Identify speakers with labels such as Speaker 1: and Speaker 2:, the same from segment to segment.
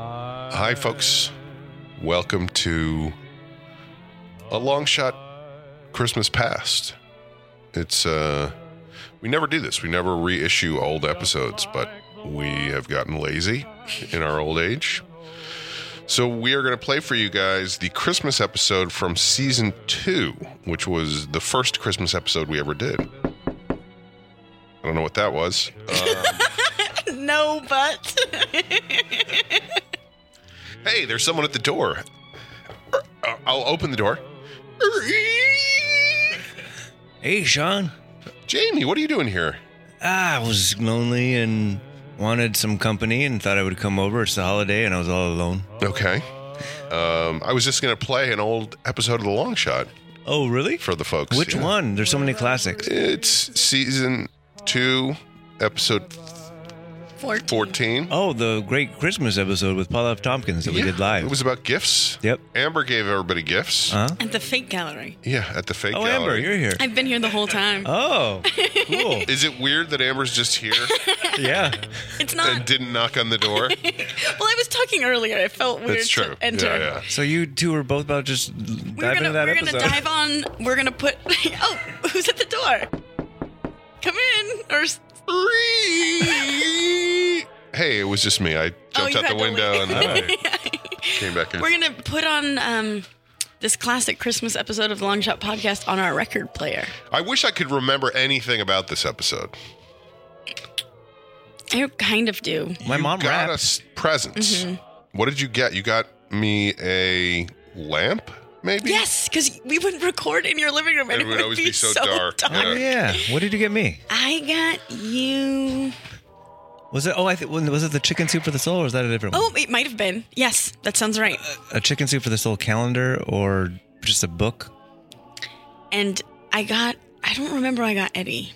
Speaker 1: Hi, folks. Welcome to a long shot Christmas past. It's, uh, we never do this. We never reissue old episodes, but we have gotten lazy in our old age. So we are going to play for you guys the Christmas episode from season two, which was the first Christmas episode we ever did. I don't know what that was.
Speaker 2: No, but
Speaker 1: Hey, there's someone at the door. Er, uh, I'll open the door.
Speaker 3: Hey, Sean.
Speaker 1: Jamie, what are you doing here?
Speaker 3: Ah, I was lonely and wanted some company and thought I would come over. It's the holiday and I was all alone.
Speaker 1: Okay. Um, I was just going to play an old episode of The Long Shot
Speaker 3: Oh, really?
Speaker 1: for the folks.
Speaker 3: Which
Speaker 1: Yeah.
Speaker 3: one? There's so many classics.
Speaker 1: It's season two, episode
Speaker 2: 14.
Speaker 1: 14.
Speaker 3: Oh, the great Christmas episode with Paul F. Tompkins that we
Speaker 1: Yeah,
Speaker 3: did live.
Speaker 1: It was about gifts.
Speaker 3: yep.
Speaker 1: Amber gave everybody gifts.
Speaker 3: Huh?
Speaker 2: At the fake gallery.
Speaker 1: Yeah, at the fake
Speaker 3: Oh,
Speaker 1: gallery.
Speaker 3: Amber, you're here.
Speaker 2: I've been here the whole time.
Speaker 3: Oh, cool.
Speaker 1: Is it weird that Amber's just here
Speaker 3: yeah.
Speaker 2: It's
Speaker 1: and
Speaker 2: not.
Speaker 1: didn't knock on the door?
Speaker 2: Well, I was talking earlier. It felt weird
Speaker 1: That's true.
Speaker 2: to enter.
Speaker 1: Yeah, yeah.
Speaker 3: So you two were both about just diving
Speaker 2: We're gonna
Speaker 3: into that
Speaker 2: we're
Speaker 3: episode.
Speaker 2: gonna dive on. We're gonna put. Oh, who's at the door? Come in or s-
Speaker 1: hey, it was just me. I
Speaker 2: Oh,
Speaker 1: jumped
Speaker 2: you
Speaker 1: out the
Speaker 2: had to
Speaker 1: window and
Speaker 2: leave.
Speaker 1: I came back in.
Speaker 2: we're gonna put on um, this classic Christmas episode of the Long Shot Podcast on our record player.
Speaker 1: I wish I could remember anything about this episode.
Speaker 2: I kind of do.
Speaker 3: My
Speaker 1: You
Speaker 3: mom
Speaker 1: got
Speaker 3: rapped. Mm-hmm.
Speaker 1: us presents. What did you get? You got me a lamp, maybe.
Speaker 2: Yes, because we would record in your living room and it would,
Speaker 1: always
Speaker 2: be, so, dark.
Speaker 3: Oh, yeah. What did you get me?
Speaker 2: I got you.
Speaker 3: Was it? Oh, I th- was it the chicken soup for the soul, or is that a different one?
Speaker 2: Oh, it might have been. Yes, that sounds right.
Speaker 3: a chicken soup for the soul calendar or just a book
Speaker 2: And I got, I don't remember I got Eddie,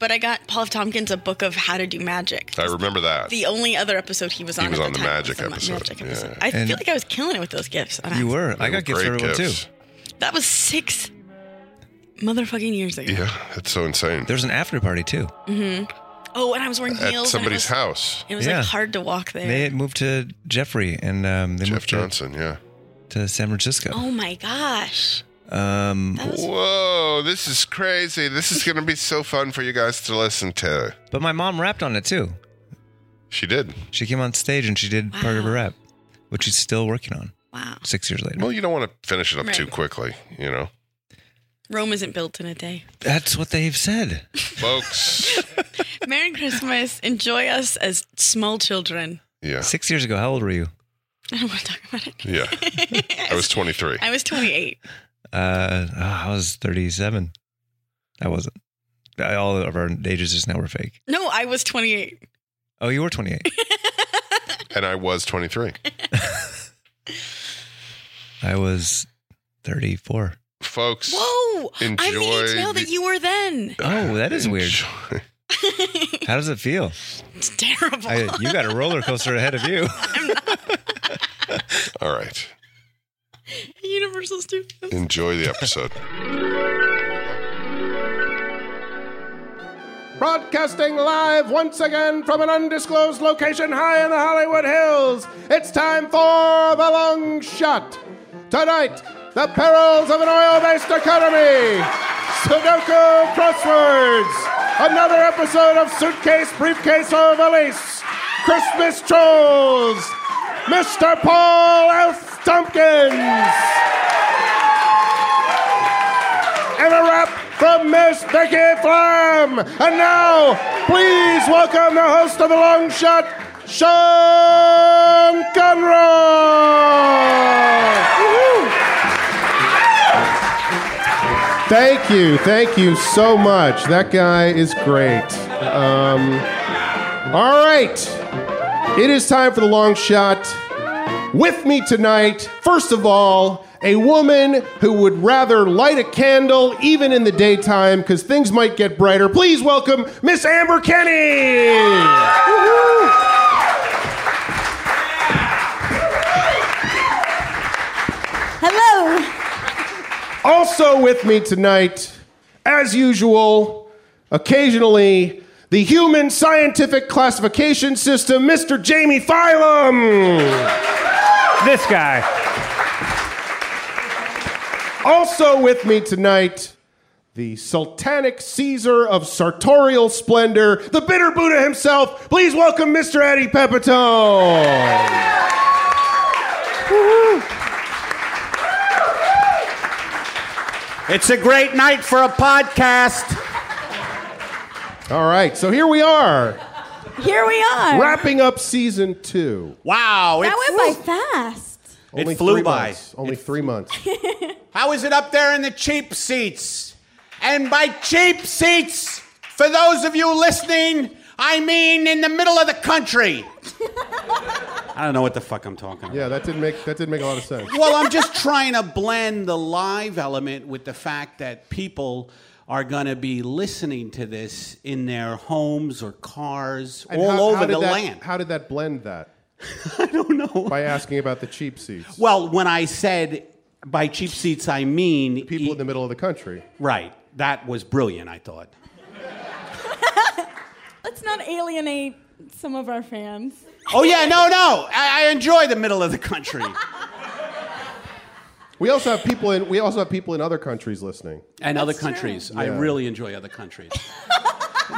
Speaker 2: but I got Paul F. Tompkins a book of how to do magic.
Speaker 1: I remember that.
Speaker 2: the only other episode he was on.
Speaker 1: was
Speaker 2: at
Speaker 1: on the
Speaker 2: time
Speaker 1: magic
Speaker 2: was on the
Speaker 1: episode,
Speaker 2: magic episode.
Speaker 1: yeah.
Speaker 2: I
Speaker 3: And-
Speaker 2: feel like I was killing it with those gifts. on
Speaker 3: you
Speaker 2: accident.
Speaker 3: were i
Speaker 1: They were
Speaker 3: got gifts for
Speaker 1: great
Speaker 3: everyone too
Speaker 1: gifts.
Speaker 2: That was six motherfucking years ago.
Speaker 1: Yeah, that's so insane.
Speaker 3: there's an after party too
Speaker 2: Oh, and I was wearing heels. and
Speaker 1: At
Speaker 2: it
Speaker 1: somebody's
Speaker 2: was-
Speaker 1: house.
Speaker 2: It was
Speaker 3: Yeah.
Speaker 2: like hard to walk there.
Speaker 3: they moved to jeffrey and um, they
Speaker 1: Jeff
Speaker 3: moved to-
Speaker 1: Johnson, yeah.
Speaker 3: To, san francisco
Speaker 2: oh my gosh.
Speaker 3: um,
Speaker 2: Oh, That was
Speaker 1: Whoa, this is crazy. This is going to be so fun for you guys to listen to.
Speaker 3: but my mom rapped on it too
Speaker 1: She did.
Speaker 3: she came on stage and she did part of her
Speaker 2: Wow.
Speaker 3: rap which she's still working on
Speaker 2: wow.
Speaker 3: six years later
Speaker 1: Well, you don't want to finish it up
Speaker 2: Right.
Speaker 1: too quickly, you know.
Speaker 2: Rome isn't built in a day.
Speaker 3: that's what they've said
Speaker 1: Folks.
Speaker 2: Merry Christmas. Enjoy us as small children.
Speaker 1: Yeah.
Speaker 3: six years ago how old were you
Speaker 2: I don't want to talk about it.
Speaker 1: Yeah. I was 23.
Speaker 2: I was 28.
Speaker 3: uh, oh, i was 37 i wasn't I- all of our ages just now were fake
Speaker 2: No, I was 28.
Speaker 3: oh you were 28
Speaker 1: And I was 23.
Speaker 3: i was 34
Speaker 1: Folks.
Speaker 2: Whoa! I'm the age
Speaker 1: Enjoy
Speaker 2: now that
Speaker 1: the-
Speaker 2: you were then.
Speaker 3: oh that is weird
Speaker 1: Enjoy-
Speaker 3: How does it feel?
Speaker 2: It's terrible.
Speaker 3: I, you got a roller coaster ahead of you.
Speaker 1: All right.
Speaker 2: Universal Studios.
Speaker 1: Enjoy the episode.
Speaker 4: Broadcasting live once again from an undisclosed location high in the Hollywood Hills, it's time for The Long Shot. Tonight, the perils of an oil based economy, Sudoku crosswords, another episode of Suitcase, Briefcase, or Valise, Christmas Trolls, Mr. Paul F. Tompkins. and a rap from Miss Becky Flam. And now, please welcome the host of the Long Shot, Sean Conroy. Woo-hoo. Thank you, thank you so much. That guy is great. Um, all right, it is time for the long shot. With me tonight, first of all, a woman who would rather light a candle even in the daytime because things might get brighter. Please welcome Miss Amber Kenny. Woo-hoo.
Speaker 5: Hello.
Speaker 4: Also with me tonight, as usual, occasionally
Speaker 5: the Human Scientific Classification System, Mr. Jamie Phylum.
Speaker 6: This guy.
Speaker 5: Also with me tonight, the Sultanic Caesar of sartorial splendor, the bitter Buddha himself. Please welcome Mr. Eddie Pepitone.
Speaker 6: It's a great night for a podcast.
Speaker 5: All right, so here we are,
Speaker 2: Here we are.
Speaker 5: wrapping up season two.
Speaker 6: Wow.
Speaker 2: that
Speaker 6: it's-
Speaker 2: went by fast.
Speaker 5: Only
Speaker 6: flew
Speaker 5: three
Speaker 6: by.
Speaker 5: months. Only three months.
Speaker 6: How is it up there in the cheap seats? And by cheap seats, for those of you listening, I mean in the middle of the country. I don't know what the fuck I'm talking about.
Speaker 5: Yeah, that didn't make that didn't make a lot of sense.
Speaker 6: Well, I'm just trying to blend the live element with the fact that people are going to be listening to this in their homes or cars
Speaker 5: And
Speaker 6: all
Speaker 5: how- how
Speaker 6: over
Speaker 5: did
Speaker 6: the
Speaker 5: that-
Speaker 6: land.
Speaker 5: How did that blend that?
Speaker 6: I don't know.
Speaker 5: By asking about the cheap seats.
Speaker 6: Well, when I said by cheap seats, I mean e
Speaker 5: People in the middle of the country.
Speaker 6: Right. That was brilliant, I thought.
Speaker 2: Let's not alienate some of our fans.
Speaker 6: Oh, yeah, no, no. I, I enjoy the middle of the country.
Speaker 5: We also have people in we also have people in other countries listening.
Speaker 6: And other countries. I
Speaker 5: Yeah.
Speaker 6: really enjoy other countries.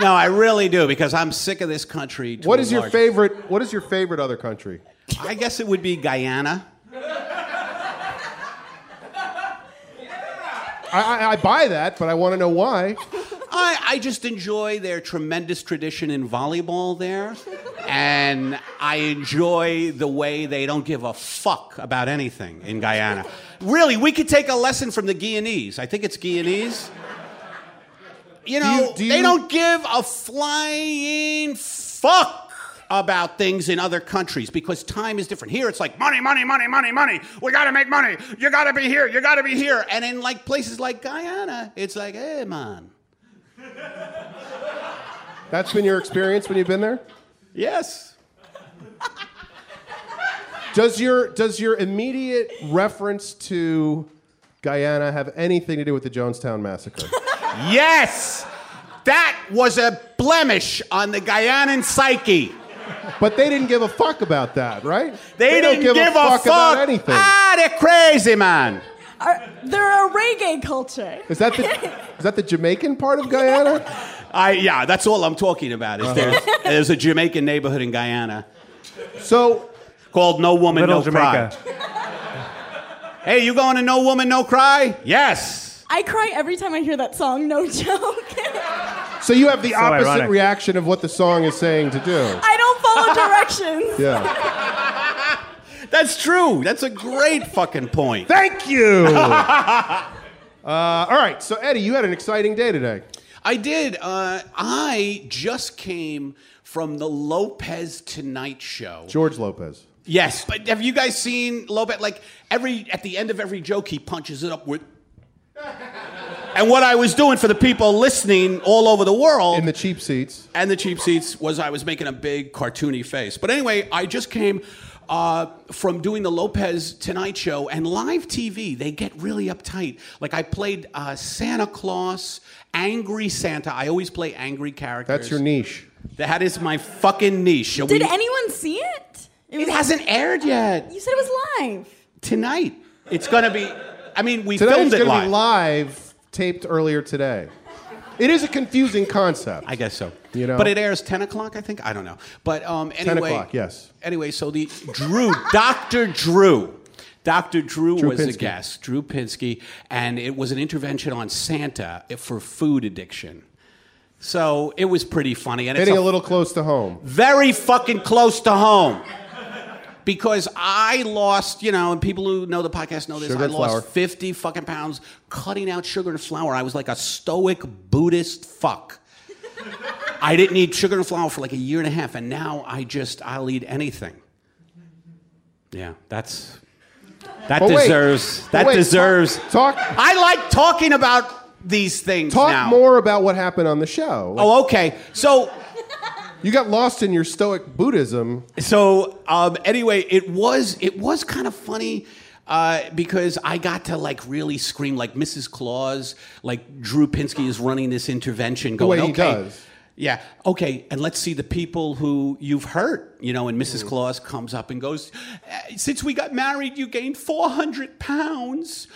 Speaker 6: no, I really do because I'm sick of this country. to
Speaker 5: What
Speaker 6: a
Speaker 5: is your
Speaker 6: large-
Speaker 5: favorite what is your favorite other country?
Speaker 6: I guess it would be Guyana.
Speaker 5: I, I, I buy that, but I want to know why.
Speaker 6: I, I just enjoy their tremendous tradition in volleyball there. And I enjoy the way they don't give a fuck about anything in Guyana. Really, we could take a lesson from the Guianese. I think it's Guianese. You know,
Speaker 5: do you-
Speaker 6: they don't give a flying fuck about things in other countries because time is different. Here it's like money, money, money, money, money. We got to make money. You got to be here. You got to be here. And in like places like Guyana, it's like, "Hey man,
Speaker 5: That's been your experience when you've been there?
Speaker 6: Yes.
Speaker 5: Does your does your immediate reference to Guyana have anything to do with the Jonestown massacre?
Speaker 6: Yes! That was a blemish on the Guyanan psyche.
Speaker 5: but they didn't give a fuck about that, right?
Speaker 6: They,
Speaker 5: don't
Speaker 6: didn't give, a, fuck
Speaker 5: about anything.
Speaker 6: Ah, they're crazy, man.
Speaker 2: Are, they're a reggae culture.
Speaker 5: Is that the is that the Jamaican part of Guyana? Uh-huh.
Speaker 6: I yeah, that's all I'm talking about. Is there's, there's a Jamaican neighborhood in Guyana
Speaker 5: So
Speaker 6: called No Woman
Speaker 7: Little
Speaker 6: No
Speaker 7: Jamaica.
Speaker 6: Cry. Hey, you going to No Woman No Cry? Yes.
Speaker 2: I cry every time I hear that song, no joke.
Speaker 5: so you have the opposite
Speaker 7: ironic.
Speaker 5: reaction of what the song is saying to do.
Speaker 2: I don't follow directions.
Speaker 5: Yeah.
Speaker 6: That's true. That's a great fucking point.
Speaker 5: Thank you. Uh, all right, so Eddie, you had an exciting day today.
Speaker 6: I did. Uh, I just came from the Lopez Tonight Show.
Speaker 5: George Lopez.
Speaker 6: Yes, but have you guys seen Lobet? Like every at the end of every joke, he punches it up with. And what I was doing for the people listening all over the world
Speaker 5: In the cheap seats.
Speaker 6: and the cheap seats was I was making a big cartoony face. But anyway, I just came uh, from doing the Lopez Tonight Show and live TV. They get really uptight. Like I played uh, Santa Claus, angry Santa. I always play angry characters.
Speaker 5: That's your niche.
Speaker 6: That is my fucking niche. And
Speaker 2: Did
Speaker 6: we-
Speaker 2: anyone see it?
Speaker 6: it hasn't aired yet
Speaker 2: You said it was live.
Speaker 6: tonight. It's gonna be. I mean, we
Speaker 5: Tonight's
Speaker 6: filmed it
Speaker 5: going to
Speaker 6: live.
Speaker 5: be live, taped earlier today. It is a confusing concept.
Speaker 6: I guess so.
Speaker 5: You know.
Speaker 6: but it airs ten o'clock. I think I don't know. But um, anyway,
Speaker 5: o'clock, yes.
Speaker 6: Anyway, so the Drew, Doctor Drew. Dr. Drew, was a
Speaker 5: Pinsky.
Speaker 6: guest, Drew Pinsky, and it was an intervention on Santa for food addiction. So it was pretty funny. And it's
Speaker 5: Getting a little close to home.
Speaker 6: very fucking close to home. Because I lost, you know, and people who know the podcast know this,
Speaker 5: Sugar
Speaker 6: I
Speaker 5: and
Speaker 6: lost
Speaker 5: flour.
Speaker 6: 50 fucking pounds cutting out sugar and flour. I was like a stoic Buddhist fuck. I didn't eat sugar and flour for like a year and a half, and now I just, I'll eat anything. Yeah, that's, that
Speaker 5: But wait,
Speaker 6: deserves,
Speaker 5: but
Speaker 6: that
Speaker 5: wait,
Speaker 6: deserves.
Speaker 5: talk- talk-
Speaker 6: I like talking about these things
Speaker 5: Talk
Speaker 6: now.
Speaker 5: more about what happened on the show. Like,
Speaker 6: Oh, okay. So
Speaker 5: You got lost in your Stoic Buddhism.
Speaker 6: So um, anyway, it was it was kind of funny. Uh, because I got to like really scream like Mrs. Claus, like Drew Pinsky is running this intervention, going
Speaker 5: way he
Speaker 6: okay,
Speaker 5: does.
Speaker 6: Yeah. Okay. And let's see the people who you've hurt. You know, and Mrs.
Speaker 5: Mm.
Speaker 6: Claus comes up and goes, "Eh, Since we got married, you gained 400 pounds.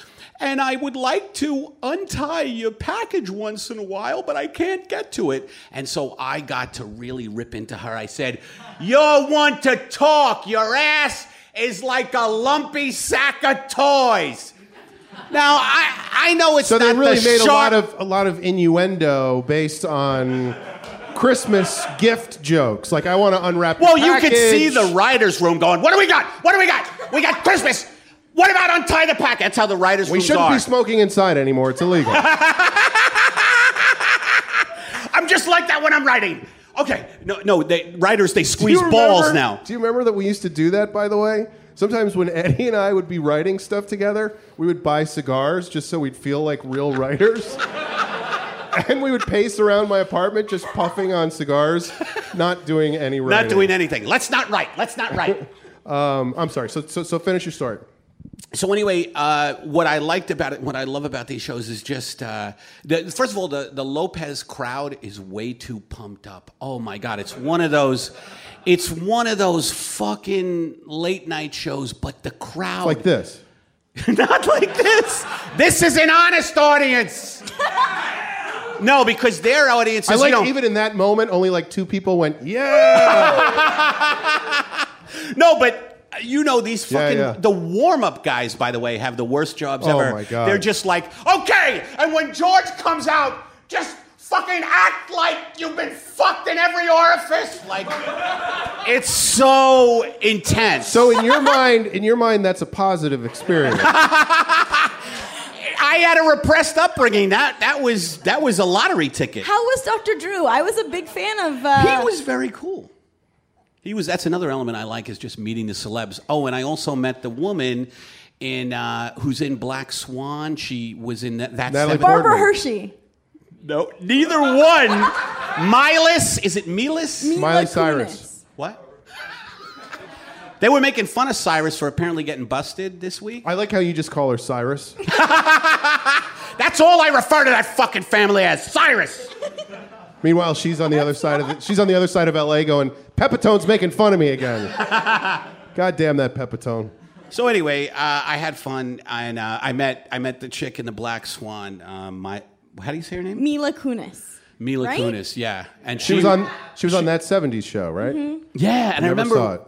Speaker 6: And I would like to untie your package once in a while, but I can't get to it. And so I got to really rip into her. I said, You're one to talk. Your ass is like a lumpy sack of toys. Now, I, I know it's
Speaker 5: So
Speaker 6: not
Speaker 5: they really
Speaker 6: the
Speaker 5: made
Speaker 6: sharp
Speaker 5: a lot of a lot of innuendo based on Christmas gift jokes. Like I want to unwrap. your
Speaker 6: Well, you could see
Speaker 5: package.
Speaker 6: the writers' room going, "What do we got? What do we got? We got Christmas. What about untie the pack?" That's how the writers'
Speaker 5: We
Speaker 6: rooms
Speaker 5: shouldn't
Speaker 6: are.
Speaker 5: be smoking inside anymore. It's illegal.
Speaker 6: I'm just like that when I'm writing. Okay, no, no, they, writers they
Speaker 5: Do you
Speaker 6: squeeze balls
Speaker 5: remember-
Speaker 6: now.
Speaker 5: Do you remember that we used to do that? By the way, sometimes when Eddie and I would be writing stuff together, we would buy cigars just so we'd feel like real writers. And we would pace around my apartment just puffing on cigars, not doing any writing.
Speaker 6: Not doing anything. Let's not write. Let's not write.
Speaker 5: Um, I'm sorry. So, so, so finish your story.
Speaker 6: so anyway, uh, what I liked about it, what I love about these shows is just uh, the, first of all, the the Lopez crowd is way too pumped up. Oh my god, it's one of those, it's one of those fucking late night shows, but the crowd
Speaker 5: Like this.
Speaker 6: Not like this. This is an honest audience. No, because their audience is
Speaker 5: I like
Speaker 6: you know,
Speaker 5: even in that moment, only like two people went, yeah.
Speaker 6: no, but you know these
Speaker 5: Yeah,
Speaker 6: fucking
Speaker 5: yeah.
Speaker 6: the warm up guys. By the way, have the worst jobs
Speaker 5: Oh,
Speaker 6: ever.
Speaker 5: my God.
Speaker 6: They're just like okay, and when George comes out, just fucking act like you've been fucked in every orifice. Like it's so intense.
Speaker 5: so in your mind, in your mind, that's a positive experience.
Speaker 6: I had a repressed upbringing. That that was that was a lottery ticket.
Speaker 2: How was Dr. Drew? I was a big fan of. Uh,
Speaker 6: he was very cool. He was. That's another element I like is just meeting the celebs. Oh, and I also met the woman in uh, who's in Black Swan. She was in that. that
Speaker 5: Natalie
Speaker 6: seven-
Speaker 5: Portman.
Speaker 2: Barbara Hershey.
Speaker 6: No, neither one. Milas, is it Milas?
Speaker 5: Miley
Speaker 2: Mila
Speaker 5: Cyrus.
Speaker 6: What? They were making fun of Cyrus for apparently getting busted this week.
Speaker 5: I like how you just call her Cyrus.
Speaker 6: That's all I refer to that fucking family as Cyrus.
Speaker 5: Meanwhile, she's on the other side of the, she's on the other side of LA going, Pepitone's making fun of me again. God damn that Pepitone.
Speaker 6: So anyway, uh, I had fun, and uh, I met I met the chick in the Black Swan. Um, my how do you say her name?
Speaker 2: Kunis. Mila Kunis.
Speaker 6: Mila
Speaker 2: Right?
Speaker 6: Kunis, yeah, and
Speaker 5: She
Speaker 6: she, Mm-hmm.
Speaker 5: was on she was on that 70s show, right?
Speaker 6: Yeah, and I
Speaker 5: Never
Speaker 6: remember.
Speaker 5: saw it.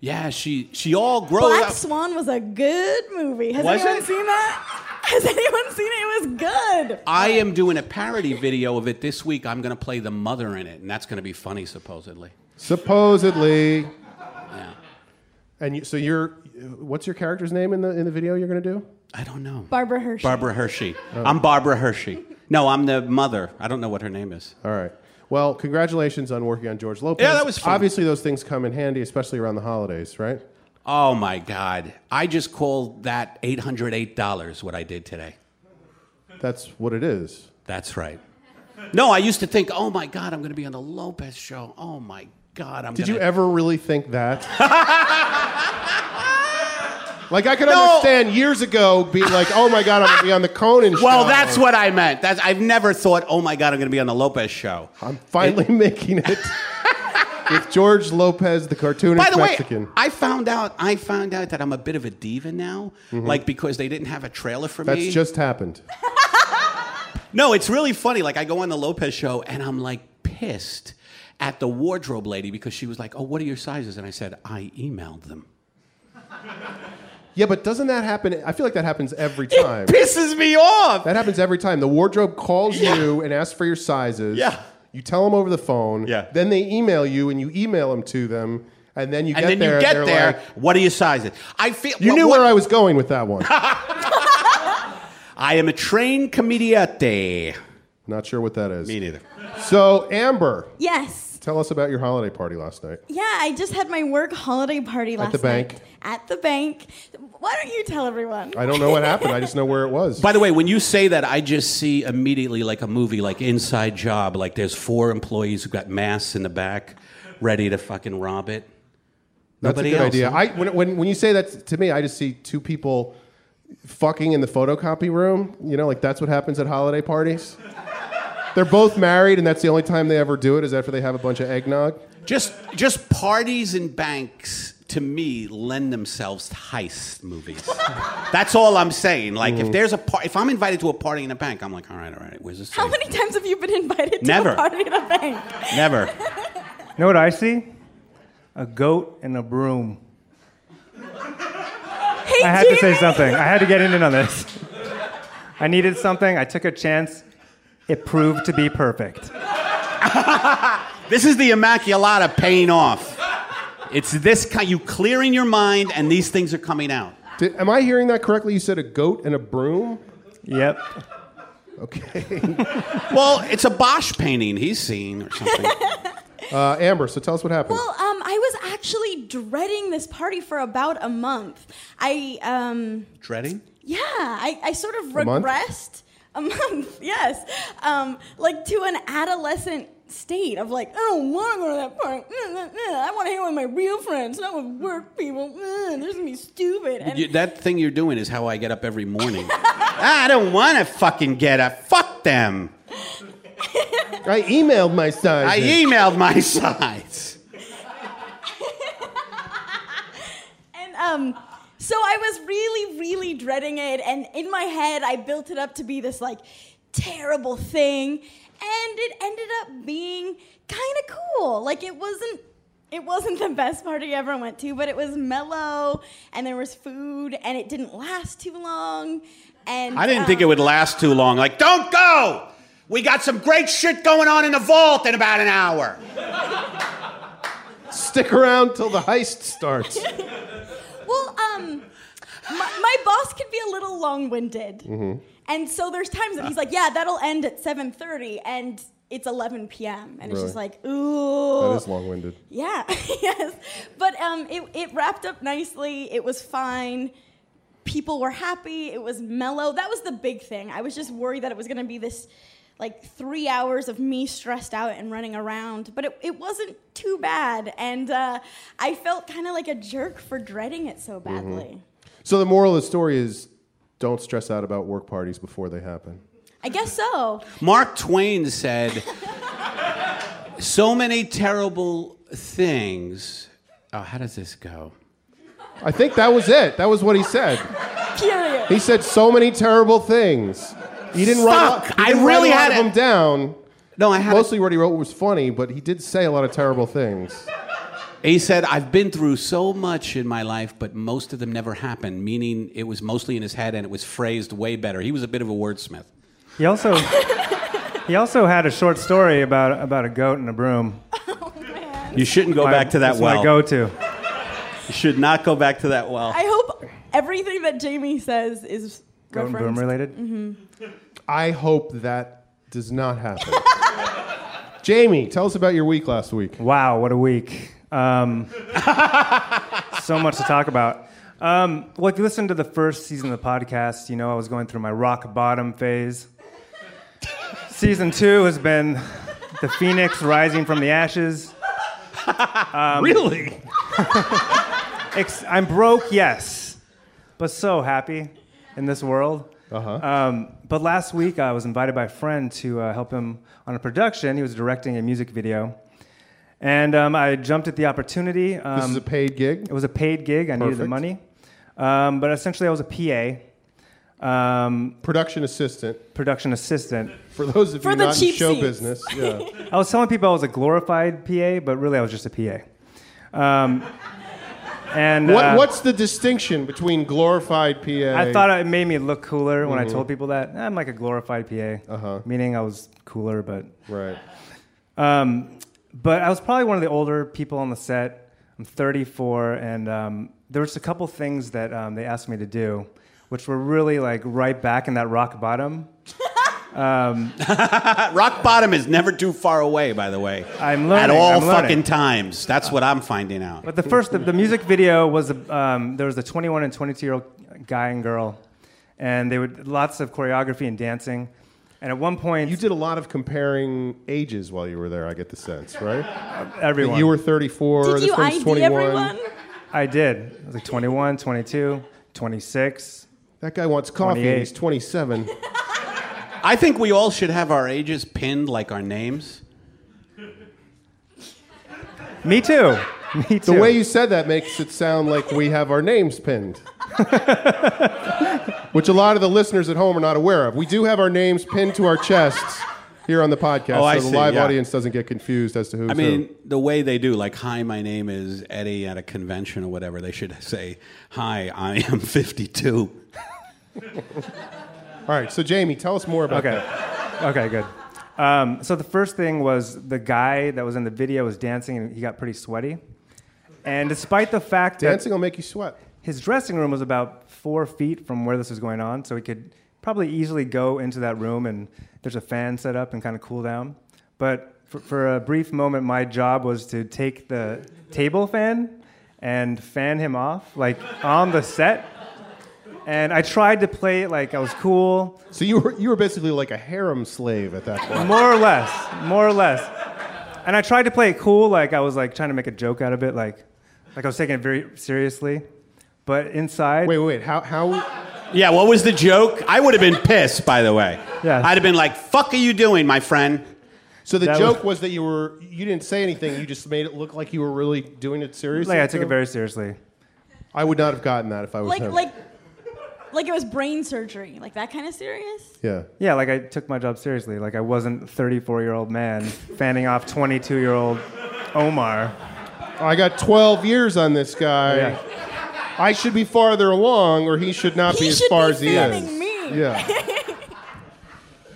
Speaker 6: Yeah, she she all grows
Speaker 2: Black
Speaker 6: up.
Speaker 2: Swan was a good movie. Has
Speaker 6: Was
Speaker 2: anyone
Speaker 6: it?
Speaker 2: seen that? Has anyone seen it? It was good.
Speaker 6: I am doing a parody video of it this week. I'm going to play the mother in it, and that's going to be funny, supposedly.
Speaker 5: Supposedly.
Speaker 6: Yeah,
Speaker 5: And you, so you're what's your character's name in the in the video you're going to do?
Speaker 6: I don't know.
Speaker 2: Barbara Hershey.
Speaker 6: Barbara Hershey.
Speaker 5: Oh.
Speaker 6: I'm Barbara Hershey. No, I'm the mother. I don't know what her name is.
Speaker 5: All right. Well, congratulations on working on George Lopez.
Speaker 6: Yeah, that was fun.
Speaker 5: Obviously those things come in handy especially around the holidays, right?
Speaker 6: Oh my God! I just called that eight hundred eight dollars. What I did today.
Speaker 5: That's what it is.
Speaker 6: That's right. No, I used to think, oh my God, I'm going to be on the Lopez show. Oh my God, I'm.
Speaker 5: Did
Speaker 6: gonna...
Speaker 5: you ever really think that? like I could
Speaker 6: No.
Speaker 5: understand years ago being like, "Oh my god, I'm going to be on the Conan show."
Speaker 6: Well, that's what I meant. That's I've never thought. Oh my God, I'm going to be on the Lopez show.
Speaker 5: I'm finally making it with George Lopez, the cartoonist
Speaker 6: By the
Speaker 5: Mexican.
Speaker 6: way, I found out. I found out that I'm a bit of a diva now. Like because they didn't have a trailer for
Speaker 5: Mm-hmm. that's
Speaker 6: me.
Speaker 5: just happened.
Speaker 6: no. It's really funny. Like I go on the Lopez show and I'm like pissed at the wardrobe lady because she was like, "Oh, what are your sizes?" And I said, "I emailed them."
Speaker 5: Yeah, but doesn't that happen? I feel like that happens every time.
Speaker 6: Pisses me off.
Speaker 5: That happens every time. The wardrobe calls
Speaker 6: Yeah.
Speaker 5: you and asks for your sizes.
Speaker 6: Yeah.
Speaker 5: You tell them over the phone.
Speaker 6: Yeah.
Speaker 5: Then they email you, and you email them to them, and then you
Speaker 6: And
Speaker 5: get
Speaker 6: then
Speaker 5: there.
Speaker 6: you
Speaker 5: and
Speaker 6: get
Speaker 5: they're
Speaker 6: there.
Speaker 5: like,
Speaker 6: what are your sizes? I feel
Speaker 5: you
Speaker 6: what-
Speaker 5: knew
Speaker 6: what-
Speaker 5: where I was going with that one.
Speaker 6: I am a trained comediante.
Speaker 5: Not sure what that is.
Speaker 6: Me neither.
Speaker 5: So, Amber,
Speaker 2: Yes.
Speaker 5: tell us about your holiday party last night.
Speaker 2: Yeah, I just had my work holiday party last
Speaker 5: the bank.
Speaker 2: night. At the bank. Why don't you tell everyone?
Speaker 5: I don't know what happened. I just know where it was.
Speaker 6: By the way, when you say that, I just see immediately like a movie, like Inside Job. Like there's four employees who got masks in the back, ready to fucking rob it.
Speaker 5: That's a
Speaker 6: Nobody
Speaker 5: good
Speaker 6: else,
Speaker 5: idea.
Speaker 6: huh?
Speaker 5: I when, when when you say that to me, I just see two people fucking in the photocopy room. You know, like that's what happens at holiday parties. They're both married, and that's the only time they ever do it is after they have a bunch of eggnog.
Speaker 6: Just just parties and banks to me lend themselves to heist movies. That's all I'm saying. Like
Speaker 5: Mm.
Speaker 6: if there's a par- if I'm invited to a party in a bank, I'm like, all right, all right, where's this?
Speaker 2: How
Speaker 6: safe?
Speaker 2: many times have you been invited to
Speaker 6: Never.
Speaker 2: a party at a bank?
Speaker 6: Never.
Speaker 7: You know what I see? A goat and a broom.
Speaker 2: Hey,
Speaker 7: I had to say
Speaker 2: Jamie.
Speaker 7: something. I had to get in on this. I needed something. I took a chance. It proved to be perfect.
Speaker 6: This is the Immaculata paying off. It's this kind you clearing your mind and these things are coming out.
Speaker 5: Did, am I hearing that correctly? You said a goat and a broom.
Speaker 7: Yep.
Speaker 5: Okay,
Speaker 6: Well, it's a Bosch painting he's seen or something.
Speaker 5: uh, Amber. So tell us what happened.
Speaker 2: Well, um, I was actually dreading this party for about a month. I, um,
Speaker 6: Dreading?
Speaker 2: yeah, I, I sort of
Speaker 5: month?
Speaker 2: regressed a month, yes, um, like to an adolescent state of like, I don't want to go to that party. Mm, mm, mm. I want to hang out with my real friends, not with work people. Mm, There's gonna be stupid. And
Speaker 6: You- that thing you're doing is how I get up every morning. I don't want to fucking get up. Fuck them.
Speaker 5: I emailed my son.
Speaker 6: I emailed my sides.
Speaker 2: And um, so I was really, really dreading it, and in my head, I built it up to be this like terrible thing, and it ended up being kind of cool. Like it wasn't. It wasn't the best party I ever went to, but it was mellow, and there was food, and it didn't last too long. And
Speaker 6: I didn't
Speaker 2: um,
Speaker 6: think it would last too long. Like, don't go. We got some great shit going on in the vault in about an hour.
Speaker 2: um,
Speaker 5: Stick around till the heist starts.
Speaker 2: Well, um, my, my boss can be a little long-winded,
Speaker 5: Mm-hmm.
Speaker 2: and so there's times that he's like, "Yeah, that'll end at 7:30," and it's 11 p.m. and it's just
Speaker 5: Really?
Speaker 2: like, ooh.
Speaker 5: that is long-winded.
Speaker 2: Yeah, yes. But um, it, it wrapped up nicely. It was fine. People were happy. It was mellow. That was the big thing. I was just worried that it was going to be this like three hours of me stressed out and running around. But it, it wasn't too bad. And uh, I felt kind of like a jerk for dreading it so badly.
Speaker 5: Mm-hmm. So the moral of the story is, don't stress out about work parties before they happen.
Speaker 2: I guess so.
Speaker 6: Mark Twain said, so many terrible things. Oh, how does this go?
Speaker 5: I think that was it. That was what he said.
Speaker 2: Period.
Speaker 5: He said so many terrible things. He didn't write.
Speaker 6: Fuck,
Speaker 5: he
Speaker 6: I
Speaker 5: didn't write
Speaker 6: really
Speaker 5: a lot
Speaker 6: had
Speaker 5: of
Speaker 6: it.
Speaker 5: them down.
Speaker 6: No, I had.
Speaker 5: Mostly what he wrote was funny, but he did say a lot of terrible things.
Speaker 6: He said, I've been through so much in my life, but most of them never happened, meaning it was mostly in his head and it was phrased way better. He was a bit of a wordsmith.
Speaker 7: He also he also had a short story about about a goat and a broom.
Speaker 6: You shouldn't go
Speaker 7: My-
Speaker 6: back to that
Speaker 7: it's
Speaker 6: well.
Speaker 7: My go-to.
Speaker 6: You should not go back to that well.
Speaker 2: I hope everything that Jamie says is
Speaker 7: Goat and broom
Speaker 2: referenced. Mm-hmm.
Speaker 7: related.
Speaker 5: I hope that does not happen. Jamie, tell us about your week last week.
Speaker 7: Wow, what a week. Um, so much to talk about. Um, well, if you listen to the first season of the podcast, you know I was going through my rock bottom phase. season two has been the phoenix rising from the ashes. Um,
Speaker 6: really?
Speaker 7: Ex- I'm broke, yes, but so happy in this world.
Speaker 5: Uh-huh.
Speaker 7: Um, but last week, I was invited by a friend to uh, help him on a production. He was directing a music video, and um, I jumped at the opportunity. Um,
Speaker 5: this is a paid gig.
Speaker 7: it was a paid gig. I needed the
Speaker 5: Perfect.
Speaker 7: money, um, but essentially, I was a PA, um,
Speaker 5: Production assistant.
Speaker 7: production assistant.
Speaker 5: For those of
Speaker 2: For
Speaker 5: you
Speaker 2: the
Speaker 5: not in
Speaker 2: cheap
Speaker 5: show
Speaker 2: seats.
Speaker 5: business, yeah.
Speaker 7: I was telling people I was a glorified PA, but really, I was just a PA. Um, and
Speaker 5: what,
Speaker 7: uh,
Speaker 5: what's the distinction between glorified PA?
Speaker 7: I thought it made me look cooler when
Speaker 5: Mm-hmm.
Speaker 7: I told people that I'm like a glorified PA, meaning I was cooler, but
Speaker 5: Uh-huh. right.
Speaker 7: Um, but I was probably one of the older people on the set. I'm 34, and um, there was a couple things that um, they asked me to do, which were really like right back in that rock bottom. Um,
Speaker 6: Rock bottom is never too far away, by the way.
Speaker 7: I'm learning,
Speaker 6: At all
Speaker 7: I'm learning.
Speaker 6: fucking times. That's what I'm finding out.
Speaker 7: But the first, the, the music video was um, there was a 21 and 22 year old guy and girl, and they would lots of choreography and dancing. And at one point,
Speaker 5: You did a lot of comparing ages while you were there, I get the sense, right?
Speaker 7: everyone.
Speaker 5: You were 34,
Speaker 2: Did
Speaker 5: this
Speaker 2: you
Speaker 5: one's
Speaker 2: ID
Speaker 5: 21.
Speaker 2: everyone?
Speaker 7: I did. I was like 21, 22, 26.
Speaker 5: That guy wants coffee and
Speaker 7: 28.
Speaker 5: he's 27.
Speaker 6: I think we all should have our ages pinned like our names.
Speaker 7: Me too. Me too.
Speaker 5: The way you said that makes it sound like we have our names pinned. Which a lot of the listeners at home are not aware of. We do have our names pinned to our chests here on the podcast,
Speaker 6: Oh, I
Speaker 5: so the
Speaker 6: see,
Speaker 5: live
Speaker 6: yeah.
Speaker 5: audience doesn't get confused as to who's
Speaker 6: I mean,
Speaker 5: who.
Speaker 6: the way they do, like, hi, my name is Eddie at a convention or whatever, they should say, hi, I am 52.
Speaker 5: All right, so Jamie, tell us more about
Speaker 7: Okay.
Speaker 5: that.
Speaker 7: Okay, good. Um, so the first thing was the guy that was in the video was dancing and he got pretty sweaty. And despite the fact
Speaker 5: Dancing
Speaker 7: that
Speaker 5: will make you sweat.
Speaker 7: his dressing room was about four feet from where this was going on, so he could probably easily go into that room and there's a fan set up and kind of cool down. But for, for a brief moment, my job was to take the table fan and fan him off, like on the set. And I tried to play it like I was cool.
Speaker 5: So you were you were basically like a harem slave at that point.
Speaker 7: more or less, more or less. And I tried to play it cool, like I was like trying to make a joke out of it, like like I was taking it very seriously. But inside,
Speaker 5: Wait, wait, how how
Speaker 6: Yeah, what was the joke? I would have been pissed, by the way.
Speaker 7: Yeah.
Speaker 6: I'd have been like, fuck are you doing, my friend?
Speaker 5: So the
Speaker 7: That
Speaker 5: joke was,
Speaker 7: was-
Speaker 5: that you were you didn't say anything. You just made it look like you were really doing it seriously.
Speaker 7: like I took
Speaker 5: too?
Speaker 7: it very seriously.
Speaker 5: I would not have gotten that if I was
Speaker 2: Like
Speaker 5: him.
Speaker 2: like like it was brain surgery. Like that kind of serious?
Speaker 5: yeah.
Speaker 7: Yeah, like I took my job seriously. Like I wasn't 34 year old man fanning off 22 year old Omar.
Speaker 5: I got 12 years on this guy.
Speaker 7: Yeah.
Speaker 5: I should be farther along, or he should not
Speaker 2: He
Speaker 5: be as
Speaker 2: should
Speaker 5: far
Speaker 2: be
Speaker 5: as he
Speaker 2: fanning
Speaker 5: is.
Speaker 2: me.
Speaker 5: Yeah.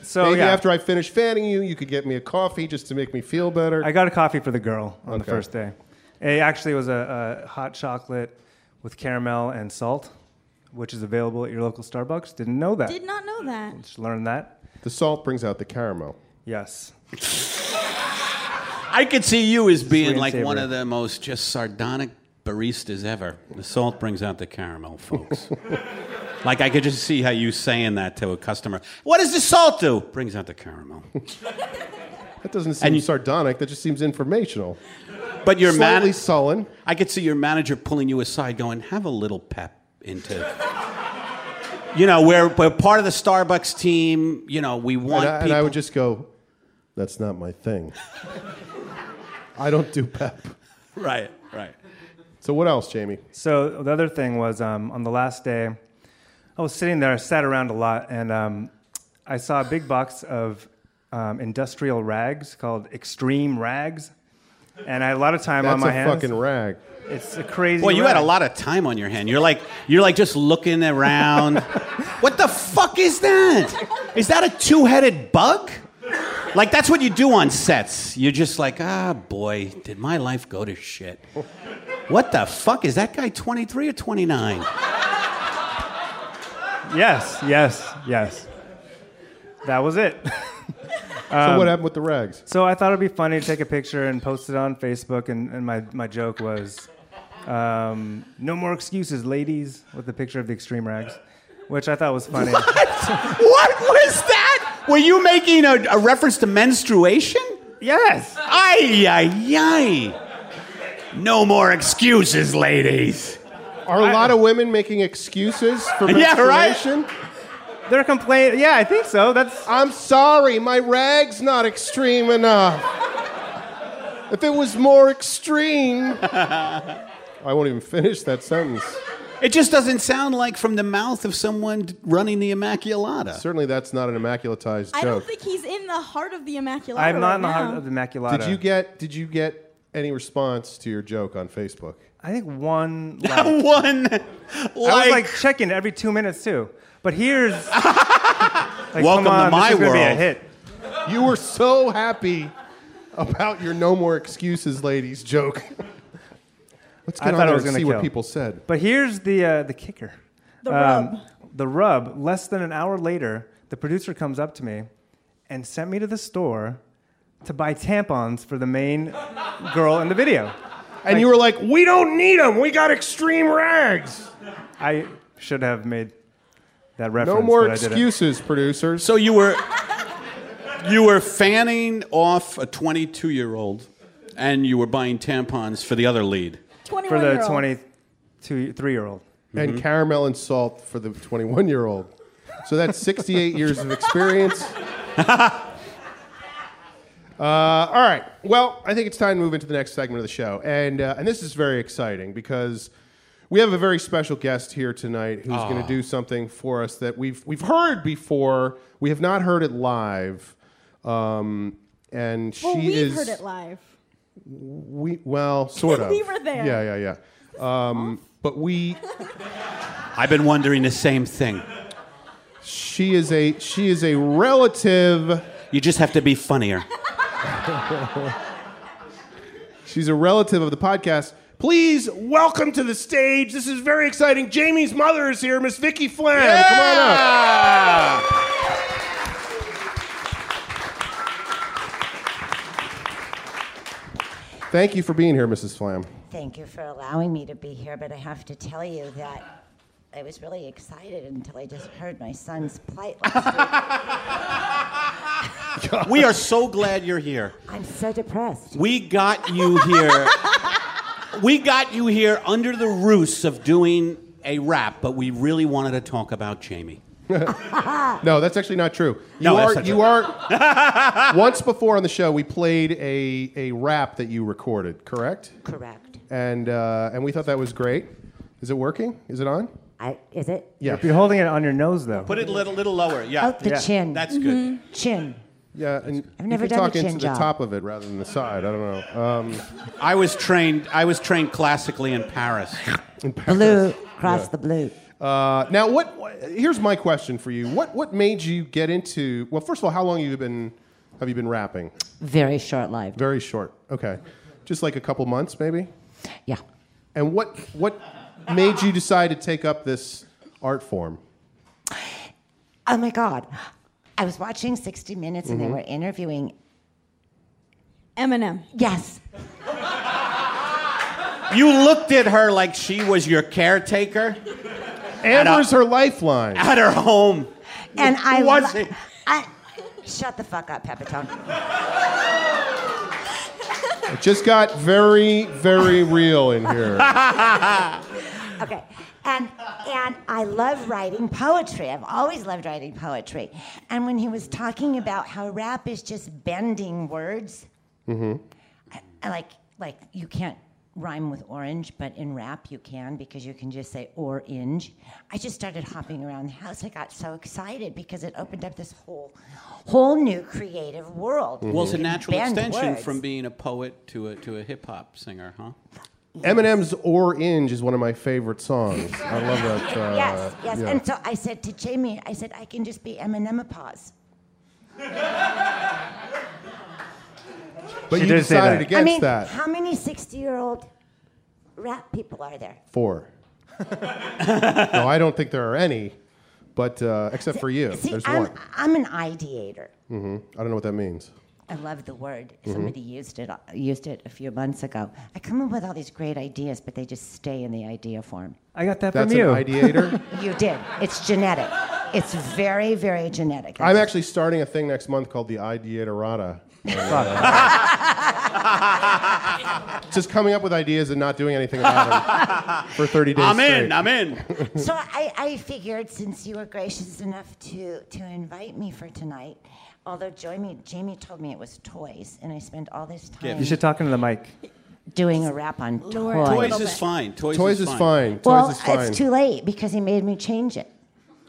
Speaker 7: So
Speaker 5: Maybe
Speaker 7: yeah,
Speaker 5: after I finish fanning you, you could get me a coffee just to make me feel better.
Speaker 7: I got a coffee for the girl on the
Speaker 5: Okay.
Speaker 7: first day. It actually was a, a hot chocolate with caramel and salt, which is available at your local Starbucks. Didn't know that.
Speaker 2: Did not know that.
Speaker 7: Just learned that.
Speaker 5: the salt brings out the caramel.
Speaker 7: Yes.
Speaker 6: I could see you as being
Speaker 7: and
Speaker 6: like one
Speaker 7: savory.
Speaker 6: of the most just sardonic baristas ever. The salt brings out the caramel, folks. like, I could just see how you saying that to a customer. What does the salt do? Brings out the caramel.
Speaker 5: That doesn't seem
Speaker 6: And you-
Speaker 5: sardonic. That just seems informational.
Speaker 6: But your man.
Speaker 5: Slightly sullen.
Speaker 6: I could see your manager pulling you aside, going, "Have a little pep into." you know, we're we're part of the Starbucks team. You know, we want
Speaker 5: And I, and
Speaker 6: people.
Speaker 5: I would just go, that's not my thing. I don't do pep.
Speaker 6: right, right.
Speaker 5: So what else, Jamie?
Speaker 7: So the other thing was um, on the last day, I was sitting there, I sat around a lot, and um, I saw a big box of um, industrial rags called Extreme Rags, and I had a lot of time
Speaker 5: That's
Speaker 7: on my
Speaker 5: a
Speaker 7: hands.
Speaker 5: fucking rag.
Speaker 7: it's a crazy.
Speaker 6: Well, you had a
Speaker 7: rag.
Speaker 6: lot of time on your hand. You're like you're like just looking around. what the fuck is that? Is that a two-headed bug? Like that's what you do on sets. You're just like, ah, boy, did my life go to shit? What the fuck is that guy? 23 or 29?
Speaker 7: Yes, yes, yes. That was it. Um,
Speaker 5: So what happened with the rags?
Speaker 7: So I thought it'd be funny to take a picture and post it on Facebook, and, and my, my joke was, um, "No more excuses, ladies," with the picture of the Extreme Rags, which I thought was funny.
Speaker 6: What was that? Were you making a, a reference to menstruation?
Speaker 7: Yes.
Speaker 6: Ay, ay, ay. No more excuses, ladies.
Speaker 5: Are a lot of women making excuses for
Speaker 6: Yeah, right.
Speaker 5: menstruation?
Speaker 7: They're complaining. Yeah, I think so. That's
Speaker 5: I'm sorry, my rag's not extreme enough. if it was more extreme, I won't even finish that sentence.
Speaker 6: It just doesn't sound like from the mouth of someone running the Immaculata.
Speaker 5: Certainly, that's not an immaculatized
Speaker 2: I
Speaker 5: joke.
Speaker 2: don't think he's in the heart of the Immaculata.
Speaker 7: I'm
Speaker 2: right
Speaker 7: not in the
Speaker 2: now.
Speaker 7: heart of the Maculata.
Speaker 5: did you get? Did you get any response to your joke on Facebook?
Speaker 7: I think one. Like, I
Speaker 6: One, like,
Speaker 7: was like checking every two minutes too. But here's. like, come
Speaker 6: Welcome
Speaker 7: on,
Speaker 6: to my
Speaker 7: this is gonna Be a
Speaker 6: world.
Speaker 7: hit.
Speaker 5: You were so happy about your no more excuses, ladies joke. Let's
Speaker 7: I
Speaker 5: get on
Speaker 7: thought I
Speaker 5: there
Speaker 7: was
Speaker 5: and
Speaker 7: gonna
Speaker 5: see what
Speaker 7: kill.
Speaker 5: people said.
Speaker 7: But here's the uh, the kicker. Um,
Speaker 2: The rub.
Speaker 7: the rub. Less than an hour later, the producer comes up to me, and sent me to the store, to buy tampons for the main girl in the video.
Speaker 5: And you were like, "We don't need them. We got extreme rags."
Speaker 7: I should have made that reference.
Speaker 5: No more
Speaker 7: but I didn't.
Speaker 5: excuses, producers.
Speaker 6: so you were you were fanning off a 22 year old, and you were buying tampons for the other lead.
Speaker 2: 21
Speaker 7: for
Speaker 2: year
Speaker 7: the
Speaker 2: old.
Speaker 7: 23 year old.
Speaker 5: and caramel and salt for the 21 year old. So that's 68 years of experience. Uh, all right. Well, I think it's time to move into the next segment of the show, and uh, and this is very exciting because we have a very special guest here tonight who's going to do something for us that we've we've heard before. We have not heard it live, um, and
Speaker 2: Well,
Speaker 5: she
Speaker 2: we've
Speaker 5: is
Speaker 2: heard it live.
Speaker 5: we well sort of
Speaker 2: We were there.
Speaker 5: Yeah, yeah, yeah. Um, but we
Speaker 6: I've been wondering the same thing.
Speaker 5: she is a she is a relative.
Speaker 6: You just have to be funnier.
Speaker 5: She's a relative of the podcast. Please welcome to the stage. This is very exciting. Jamie's mother is here, Miss Vicky Flan. Come on up. Thank you for being here, Mrs. Flam.
Speaker 8: Thank you for allowing me to be here, but I have to tell you that I was really excited until I just heard my son's plight. Last week.
Speaker 6: We are so glad you're here.
Speaker 8: I'm so depressed.
Speaker 6: We got you here. we got you here under the ruse of doing a rap, but we really wanted to talk about Jamie.
Speaker 5: No, that's actually not true. You
Speaker 6: No,
Speaker 5: are
Speaker 6: that's not
Speaker 5: you
Speaker 6: true.
Speaker 5: are once before on the show we played a a rap that you recorded, correct?
Speaker 8: Correct.
Speaker 5: And uh, and we thought that was great. Is it working? Is it on?
Speaker 8: I, is it?
Speaker 5: Yeah.
Speaker 7: You're holding it on your nose, though.
Speaker 6: Put it a little, little lower. Yeah.
Speaker 8: Out the
Speaker 7: Yeah.
Speaker 8: chin. Mm-hmm.
Speaker 6: That's good.
Speaker 8: Chin.
Speaker 5: Yeah, and
Speaker 8: I've never
Speaker 5: you can
Speaker 8: done
Speaker 5: talk
Speaker 8: the
Speaker 5: into
Speaker 8: chin
Speaker 5: the
Speaker 8: job.
Speaker 5: top of it rather than the side. I don't know. Um,
Speaker 6: I was trained I was trained classically in Paris.
Speaker 8: Blue. Cross the blue.
Speaker 5: uh, now, what? wh- Here's my question for you. What What made you get into? Well, first of all, how long have you been have you been rapping?
Speaker 8: Very short lived.
Speaker 5: Very short. Okay, just like a couple months, maybe.
Speaker 8: Yeah.
Speaker 5: And what what made you decide to take up this art form?
Speaker 8: Oh my God. I was watching 60 Minutes and they were interviewing.
Speaker 2: Eminem.
Speaker 8: Yes.
Speaker 6: You looked at her like she was your caretaker
Speaker 5: Amber's her lifeline.
Speaker 6: at her home.
Speaker 8: And I.
Speaker 6: was
Speaker 8: lo-
Speaker 6: it?
Speaker 8: I, shut the fuck up, Pepitone.
Speaker 5: It just got very very real in here.
Speaker 8: Okay. And and I love writing poetry. I've always loved writing poetry. And when he was talking about how rap is just bending words,
Speaker 1: Mm-hmm.
Speaker 8: I, I like like you can't rhyme with orange, but in rap you can because you can just say orange. I just started hopping around the house. I got so excited because it opened up this whole whole new creative world.
Speaker 6: Mm-hmm. Well, it's a natural
Speaker 8: Bend
Speaker 6: extension
Speaker 8: words.
Speaker 6: from being a poet to a to a hip hop singer, huh?
Speaker 5: Eminem's "Orange" is one of my favorite songs. I love that. Uh,
Speaker 8: yes, yes.
Speaker 5: yeah.
Speaker 8: And so I said to Jamie, I said, I can just be Eminemopause.
Speaker 5: But
Speaker 7: She
Speaker 5: you
Speaker 7: did say that.
Speaker 5: decided against
Speaker 8: I mean,
Speaker 5: that.
Speaker 8: how many 60 year old rap people are there?
Speaker 5: Four. no, I don't think there are any, but uh, except for you,
Speaker 8: See,
Speaker 5: there's
Speaker 8: I'm,
Speaker 5: one. Mm-hmm.
Speaker 8: I'm an ideator.
Speaker 5: I don't know what that means.
Speaker 8: I love the word.
Speaker 5: Mm-hmm.
Speaker 8: Somebody used it uh, used it a few months ago. I come up with all these great ideas, but they just stay in the idea form.
Speaker 7: I got that
Speaker 5: That's
Speaker 7: from
Speaker 5: an
Speaker 7: you.
Speaker 5: ideator.
Speaker 8: You did. It's genetic. It's very, very genetic.
Speaker 5: I'm actually starting a thing next month called the Ideatorata. Just coming up with ideas and not doing anything about them for 30 days.
Speaker 6: I'm in,
Speaker 5: straight.
Speaker 6: I'm in.
Speaker 8: so I, I figured since you were gracious enough to to invite me for tonight, although Jamie Jamie told me it was toys, and I spent all this time
Speaker 7: You should talk into the mic.
Speaker 8: doing a rap on
Speaker 2: Lower it.
Speaker 8: toys.
Speaker 6: Toys is fine. Toys,
Speaker 5: Toys is fine. Toys
Speaker 8: Well,
Speaker 5: is fine.
Speaker 8: it's too late because he made me change it.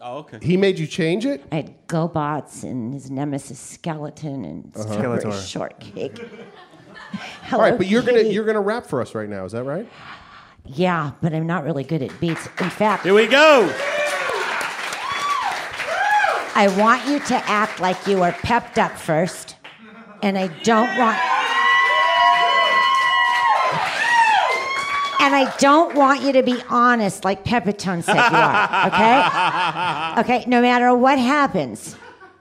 Speaker 6: Oh, okay.
Speaker 5: he made you change it?
Speaker 8: I had GoBots and his nemesis Skeleton and Strawberry
Speaker 7: Skeletor.
Speaker 8: Shortcake.
Speaker 5: Uh-huh. All right, but you're going to you're going to rap for us right now, is that right?
Speaker 8: Yeah, but I'm not really good at beats. In fact,
Speaker 6: Here we go.
Speaker 8: I want you to act like you were pepped up first, and I don't want. And I don't want you to be honest like Pepitone said you are, okay? Okay, no matter what happens,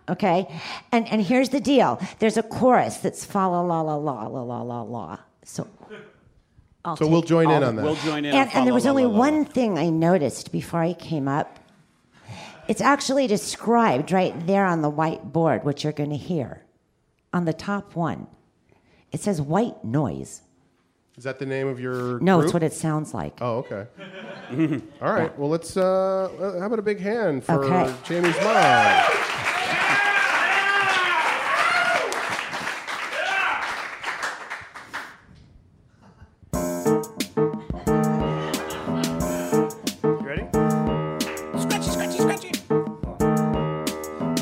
Speaker 8: okay? And, and here's the deal there's a chorus that's fa la la la la la la la la. So, I'll
Speaker 5: So we'll
Speaker 8: take
Speaker 5: join in
Speaker 8: all-
Speaker 5: on that.
Speaker 6: We'll join in.
Speaker 8: and, and there was
Speaker 6: follow,
Speaker 8: only
Speaker 6: la, la, la.
Speaker 8: one thing I noticed before I came up. It's actually described right there on the whiteboard, what you're going to hear. On the top one, it says white noise.
Speaker 5: Is that the name of your?
Speaker 8: No,
Speaker 5: group?
Speaker 8: it's what it sounds like.
Speaker 5: Oh, okay. All right. Well, let's. Uh, uh, how about a big hand for
Speaker 8: Okay.
Speaker 5: Jamie's mom?
Speaker 7: You ready?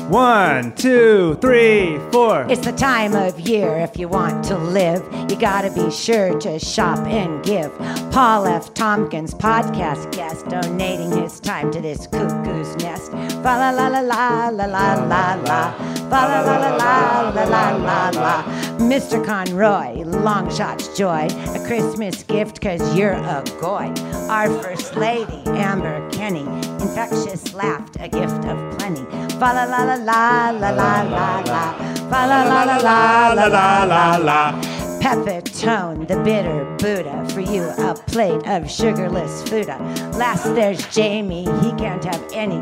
Speaker 7: One, two, three, four.
Speaker 8: It's the time of year if you want to live. You gotta be sure to shop and give. Paul F. Tompkins, podcast guest, donating his time to this cuckoo's nest. Fa la la la la la la la la. Fa la la la la la la la la. Mr. Conroy, long shots joy. A Christmas gift cause you're a goy. Our first lady, Amber Kenny. Infectious laughed, a gift of plenty. Fa la la la la la la la la. Fa la la la la la la la la. Pepitone, the bitter Buddha, for you a plate of sugarless Fuda. Last there's Jamie, he can't have any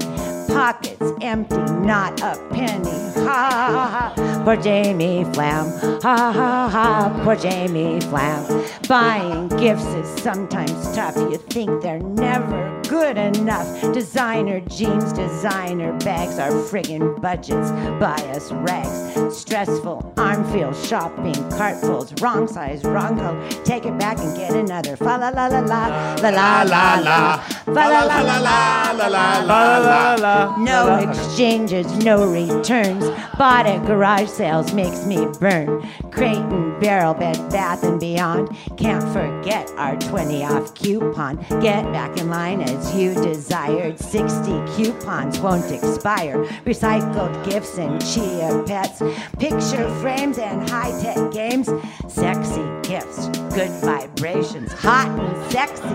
Speaker 8: pockets empty, not a penny. Ha ha ha, poor Jamie Flam. Ha ha ha, poor Jamie Flam. Buying gifts is sometimes tough. You think they're never good enough. Designer jeans, designer bags, our friggin' budgets buy us rags. Stressful, arm feel shopping, cartfuls, wrong size, wrong color. Take it back and get another. Fa la la la la, la la la la, fa la la la la la la la.
Speaker 7: La, la, la, la.
Speaker 8: No exchanges, no returns. Bought at garage sales makes me burn. Crate and barrel, bed, bath, and beyond. Can't forget our 20 off coupon. Get back in line as you desired. 60 coupons won't expire. Recycled gifts and chia pets. Picture frames and high tech games. Sexy gifts, good vibrations. Hot and sexy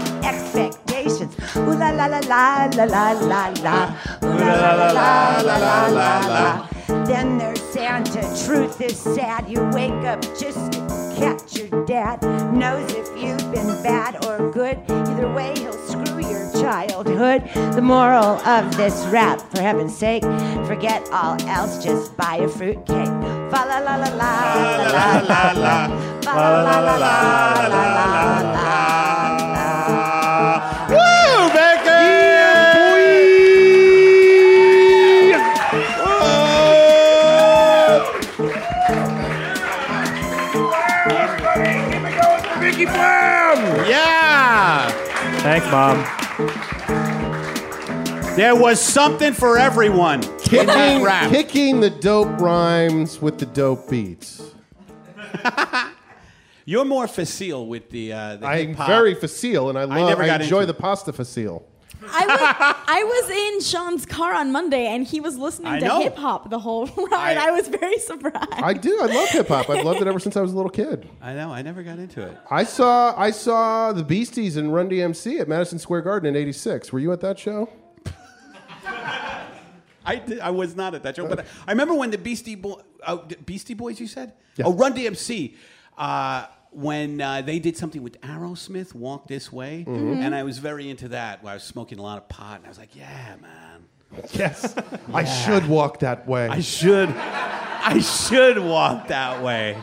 Speaker 8: expectations. Ooh la la la la la la la la. Ooh la la la la la la la la. Then there's Santa. Truth is sad. You wake up just to catch your dad. Knows if you've been bad or good. Either way, he'll screw your childhood. The moral of this rap, for heaven's sake, forget all else. Just buy a fruitcake. Fa la la la la la la la la. Fa la la la la la la la la.
Speaker 5: Woo, Becky! Whoa!
Speaker 6: Yeah!
Speaker 7: Thanks, mom.
Speaker 6: There was something for everyone. in that
Speaker 5: Kicking,
Speaker 6: rap.
Speaker 5: kicking the dope rhymes with the dope beats.
Speaker 6: You're more facile with the, uh, the
Speaker 5: I'm
Speaker 6: hip hop.
Speaker 5: very facile, and I love. I,
Speaker 6: never got
Speaker 5: enjoy
Speaker 6: into
Speaker 5: the pasta facile.
Speaker 2: I was, I was in Sean's car on Monday and he was listening
Speaker 6: I
Speaker 2: to
Speaker 6: know.
Speaker 2: hip hop the whole ride.
Speaker 6: I-
Speaker 2: I, was very surprised.
Speaker 5: I do. I love hip hop. I've loved it ever since I was a little kid.
Speaker 6: I know. I never got into it.
Speaker 5: I saw I saw the Beasties and Run DMC at Madison Square Garden in '86. Were you at that show?
Speaker 6: I, did, I was not at that show, but I, I remember when the Beastie Boy, uh, Beastie Boys, you said,
Speaker 5: Yeah.
Speaker 6: oh Run DMC, uh, when uh, they did something with Aerosmith, Walk This Way, and I was very into that. Where I was smoking a lot of pot, and I was like, yeah, man,
Speaker 5: Yes. I should walk that way.
Speaker 6: I should, I should walk that way.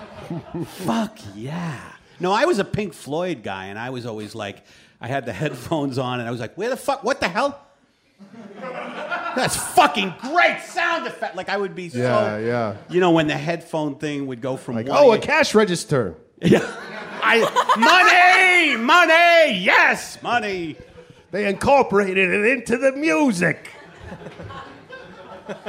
Speaker 6: Fuck yeah. No, I was a Pink Floyd guy, and I was always like, I had the headphones on, and I was like, where the fuck, what the hell? That's fucking great sound effect. Like I would be
Speaker 5: yeah,
Speaker 6: so
Speaker 5: yeah.
Speaker 6: you know, when the headphone thing would go from
Speaker 5: Like,
Speaker 6: one
Speaker 5: oh, a
Speaker 6: ear-
Speaker 5: cash register.
Speaker 6: Yeah. I money, money, yes, money.
Speaker 5: They incorporated it into the music.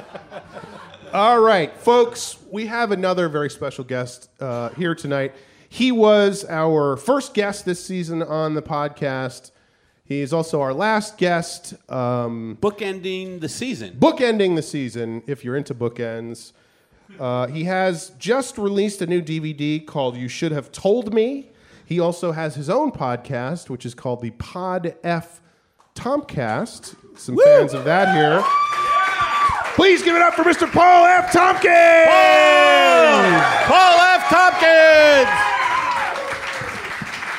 Speaker 5: All right, folks, we have another very special guest uh, here tonight. He was our first guest this season on the podcast. He is also our last guest. Um,
Speaker 6: Bookending the season.
Speaker 5: bookending the season if you're into bookends. Uh, he has just released a new DVD called You Should Have Told Me. He also has his own podcast, which is called the Pod F Tomcast. Some fans of that here. Please give it up for Mr. Paul F. Tompkins!
Speaker 6: Paul F.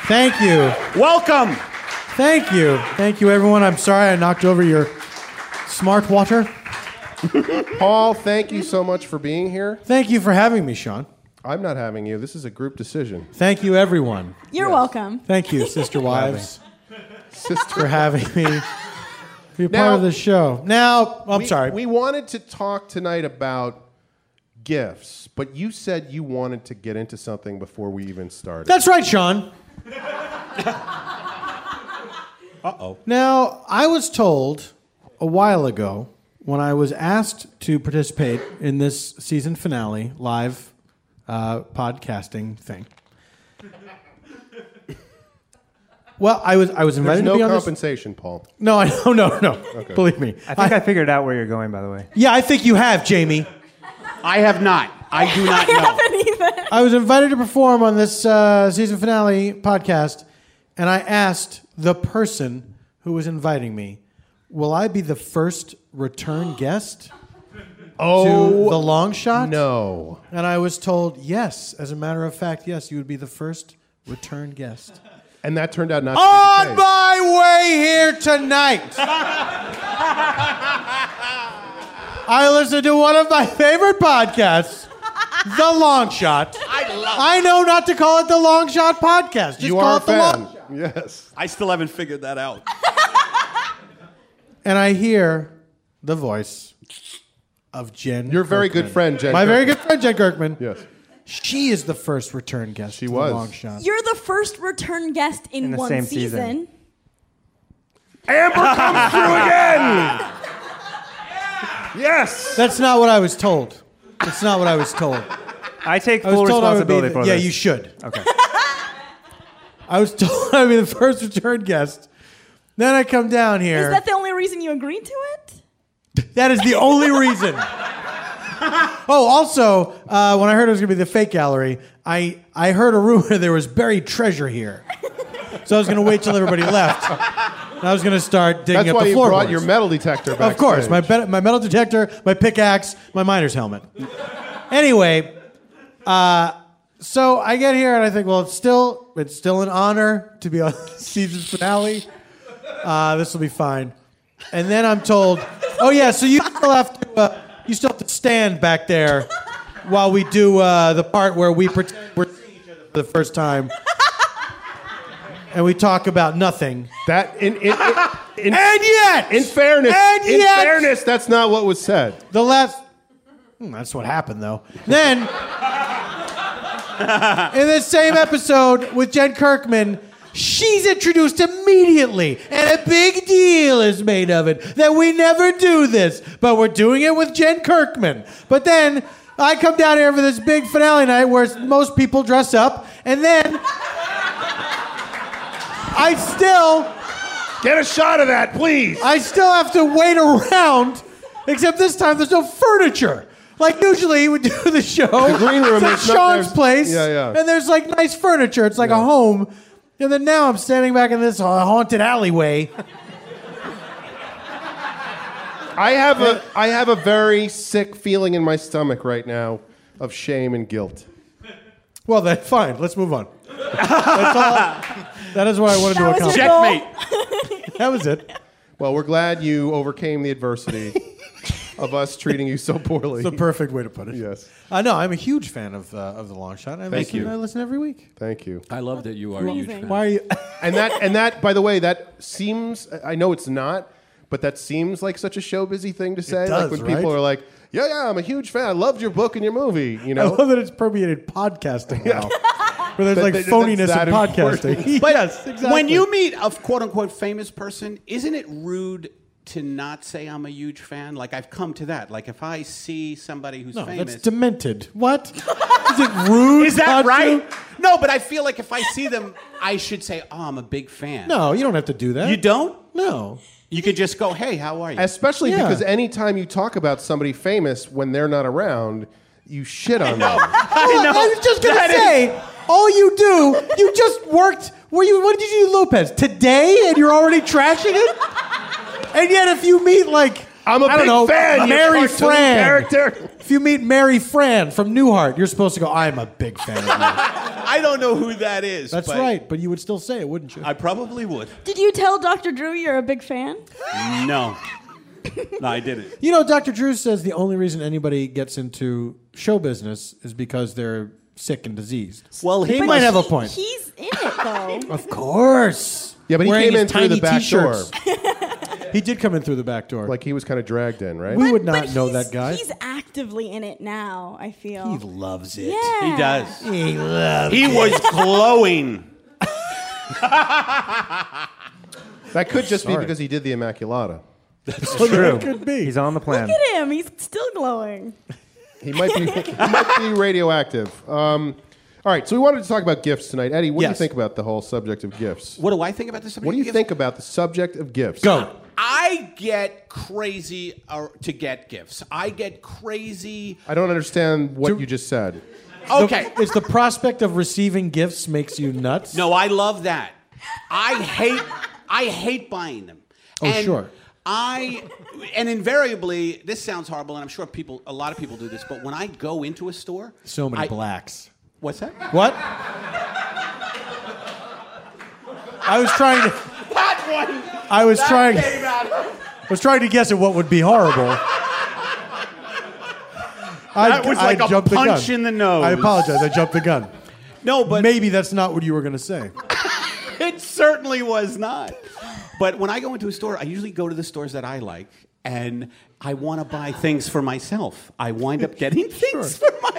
Speaker 6: Tompkins,
Speaker 9: Thank you.
Speaker 6: welcome.
Speaker 9: Thank you. Thank you, everyone. I'm sorry I knocked over your smart water.
Speaker 5: Paul, thank you so much for being here.
Speaker 9: Thank you for having me, Sean.
Speaker 5: I'm not having you. This is a group decision.
Speaker 9: Thank you, everyone.
Speaker 2: You're welcome.
Speaker 9: Thank you, sister wives,
Speaker 5: Sister,
Speaker 9: for having me. To be part
Speaker 5: Now-
Speaker 9: of the show. Now, I'm
Speaker 5: we,
Speaker 9: sorry.
Speaker 5: We wanted to talk tonight about gifts, but you said you wanted to get into something before we even started.
Speaker 9: That's right, Sean. Uh oh. Now, I was told a while ago when I was asked to participate in this season finale live uh, podcasting thing. Well, I was I was
Speaker 5: There's
Speaker 9: invited
Speaker 5: no
Speaker 9: to be on this.
Speaker 5: compensation, Paul.
Speaker 9: No, I no no no. Believe me.
Speaker 7: I think I, figured out where you're going, by the way.
Speaker 9: yeah, I think you have, Jamie.
Speaker 6: I have not. I do not know.
Speaker 2: Haven't even.
Speaker 9: I was invited to perform on this uh, season finale podcast, and I asked the person who was inviting me, "Will I be the first return guest to the long shot?"
Speaker 5: Oh, No.
Speaker 9: And I was told, "Yes." As a matter of fact, yes, you would be the first return guest.
Speaker 5: And that turned out not to be
Speaker 9: on
Speaker 5: the case.
Speaker 9: my way here tonight. I listened to one of my favorite podcasts, The Long Shot. I love know not to call it The Long Shot Podcast. Just
Speaker 5: You
Speaker 9: call
Speaker 5: are a
Speaker 9: it The
Speaker 5: fan.
Speaker 9: Long
Speaker 5: Yes.
Speaker 6: I still haven't figured that out.
Speaker 9: And I hear the voice of Jen.
Speaker 5: Your very
Speaker 9: Kirkman.
Speaker 5: good friend, Jen.
Speaker 9: My very
Speaker 5: Kirkman.
Speaker 9: good friend, Jen Kirkman.
Speaker 5: Yes.
Speaker 9: She is the first return guest. She
Speaker 5: was.
Speaker 9: The long shot.
Speaker 2: You're the first return guest in,
Speaker 7: In the
Speaker 2: one
Speaker 7: same
Speaker 2: season.
Speaker 7: season.
Speaker 5: Yes.
Speaker 9: That's not what I was told. That's not what I was told.
Speaker 7: I take
Speaker 9: I was
Speaker 7: full
Speaker 9: told I would be
Speaker 7: responsibility
Speaker 9: the-
Speaker 7: for
Speaker 9: yeah,
Speaker 7: this.
Speaker 9: you should.
Speaker 7: Okay.
Speaker 9: I was told I'd be the first return guest. Then I come down
Speaker 2: Is
Speaker 9: here.
Speaker 2: that the only reason you agreed to it?
Speaker 9: that is the only reason. oh, also, uh, when I heard it was going to be the fake gallery, I, I heard a rumor there was buried treasure here. So I was going to wait till everybody left. And I was going to start digging
Speaker 5: That's
Speaker 9: up
Speaker 5: why
Speaker 9: the
Speaker 5: you
Speaker 9: floorboards.
Speaker 5: brought your metal detector back.
Speaker 9: Of course, my be- my metal detector, my pickaxe, my miner's helmet. anyway, uh, so I get here and I think, well, it's still it's still an honor to be on season finale. Uh, this will be fine. And then I'm told, oh yeah, so you still have to uh, you still have to stand back there while we do uh, the part where we pretend we're seeing each other for the first time. And we talk about nothing.
Speaker 5: That in in, in, in,
Speaker 9: And yet,
Speaker 5: in fairness,
Speaker 9: and
Speaker 5: in
Speaker 9: yet-
Speaker 5: fairness, that's not what was said.
Speaker 9: The last. Hmm, that's what happened, though. Then, in this same episode with Jen Kirkman, she's introduced immediately, and a big deal is made of it that we never do this, but we're doing it with Jen Kirkman. But then I come down here for this big finale night where most people dress up, and then I still
Speaker 5: Get a shot of that, please.
Speaker 9: I still have to wait around, except this time there's no furniture. Like usually we do the show. The
Speaker 5: green room
Speaker 9: it's
Speaker 5: is
Speaker 9: at
Speaker 5: not-
Speaker 9: Sean's
Speaker 5: there's-
Speaker 9: place.
Speaker 5: Yeah, yeah.
Speaker 9: And there's like nice furniture. It's like a home. And then now I'm standing back in this ha- haunted alleyway.
Speaker 5: I have a I have a very sick feeling in my stomach right now of shame and guilt.
Speaker 9: Well, then fine. Let's move on. That's all. That is what I wanted to
Speaker 2: That was
Speaker 9: accomplish.
Speaker 2: your goal.
Speaker 6: Checkmate.
Speaker 9: That was it.
Speaker 5: Well, we're glad you overcame the adversity of us treating you so poorly.
Speaker 9: The perfect way to put it.
Speaker 5: Yes.
Speaker 9: I know. I'm a huge fan of uh, of the long shot. I listen,
Speaker 6: you.
Speaker 9: I listen every week.
Speaker 5: Thank you.
Speaker 6: I love that you are a huge
Speaker 2: Amazing.
Speaker 9: Why are you?
Speaker 5: And that and that by the way, that seems I know it's not, but that seems like such a show busy thing to say.
Speaker 9: does,
Speaker 5: like when
Speaker 9: right?
Speaker 5: people are like, Yeah, yeah, I'm a huge fan. I loved your book and your movie, you
Speaker 9: I
Speaker 5: know.
Speaker 9: love that it's permeated podcasting now. Where there's
Speaker 5: That-
Speaker 9: like
Speaker 5: that-
Speaker 9: phoniness
Speaker 5: that's that
Speaker 9: in
Speaker 5: important.
Speaker 9: podcasting.
Speaker 6: But
Speaker 9: yes, exactly.
Speaker 6: When you meet a quote unquote famous person, isn't it rude to not say I'm a huge fan? Like I've come to that. Like if I see somebody who's
Speaker 9: no,
Speaker 6: famous,
Speaker 9: that's demented. What is it rude?
Speaker 6: is that
Speaker 9: not
Speaker 6: right?
Speaker 9: to-
Speaker 6: No, but I feel like if I see them, I should say, "Oh, I'm a big fan."
Speaker 9: No, you don't have to do that.
Speaker 6: you don't.
Speaker 9: No.
Speaker 6: You could just go, "Hey, how are you?"
Speaker 5: Especially
Speaker 9: Yeah.
Speaker 5: because anytime you talk about somebody famous when they're not around, you shit on them.
Speaker 9: I,
Speaker 6: know.
Speaker 9: was just gonna
Speaker 6: That is-
Speaker 9: say, all you do, you just worked. Were you? What did you do, Lopez? Today, and you're already trashing it. And yet, if you meet like
Speaker 5: I'm a
Speaker 9: I don't
Speaker 5: big
Speaker 9: know,
Speaker 5: fan, you
Speaker 9: Mary
Speaker 5: cartoon
Speaker 9: Fran
Speaker 5: character.
Speaker 9: If you meet Mary Fran from Newhart, you're supposed to go. I'm a big fan. of you.
Speaker 6: I don't know who that is.
Speaker 9: That's
Speaker 6: but
Speaker 9: right, but you would still say it, wouldn't you?
Speaker 6: I probably would.
Speaker 2: Did you tell Dr. Drew you're a big fan?
Speaker 6: No, no, I didn't.
Speaker 9: You know, Dr. Drew says the only reason anybody gets into show business is because they're sick and diseased.
Speaker 6: Well, he
Speaker 9: he
Speaker 6: But
Speaker 9: might
Speaker 6: he-
Speaker 9: have a point.
Speaker 2: He's in it though.
Speaker 9: of course.
Speaker 5: Yeah, but he
Speaker 9: Wearing
Speaker 5: came
Speaker 9: his
Speaker 5: in through
Speaker 9: tiny
Speaker 5: the back
Speaker 9: t-shirts.
Speaker 5: door.
Speaker 9: he did come in through the back door.
Speaker 5: Like he was kind of dragged in, right?
Speaker 9: we
Speaker 2: But-
Speaker 9: would
Speaker 2: but
Speaker 9: not know
Speaker 2: he's-
Speaker 9: that guy.
Speaker 2: He's actively in it now. I feel.
Speaker 9: he loves it.
Speaker 2: yeah.
Speaker 6: He does. He loves. He was glowing.
Speaker 5: That could just be because he did the Immaculata.
Speaker 7: True.
Speaker 9: Could be.
Speaker 7: He's on the plan.
Speaker 2: Look at him. He's still glowing.
Speaker 5: He might be, he might be radioactive. Um, all right, so we wanted to talk about gifts tonight. Eddie, what do you
Speaker 9: Yes.
Speaker 5: think about the whole subject of gifts?
Speaker 6: What do I think about this?
Speaker 5: What do you think about the subject of gifts?
Speaker 9: Go.
Speaker 6: I get crazy uh, to get gifts. I get crazy.
Speaker 5: I don't understand what
Speaker 9: To-
Speaker 5: you just said.
Speaker 6: Okay.
Speaker 9: Is the prospect of receiving gifts makes you nuts?
Speaker 6: No, I love that. I hate I hate buying them.
Speaker 9: Oh,
Speaker 6: And
Speaker 9: sure.
Speaker 6: I and invariably this sounds horrible and I'm sure people a lot of people do this, but when I go into a store,
Speaker 9: So many
Speaker 6: I-
Speaker 9: blacks.
Speaker 6: What's that?
Speaker 9: What? I was trying to.
Speaker 6: That one.
Speaker 9: I was
Speaker 6: That
Speaker 9: trying.
Speaker 6: came out.
Speaker 9: I was trying to guess at what would be horrible. I,
Speaker 6: That was like a
Speaker 9: jumped
Speaker 6: punch
Speaker 9: the gun.
Speaker 6: in the nose.
Speaker 9: I apologize. I jumped the gun.
Speaker 6: No, but
Speaker 9: Maybe that's not what you were going to say.
Speaker 6: it certainly was not. But when I go into a store, I usually go to the stores that I like and I want to buy things for myself. I wind up getting things for myself.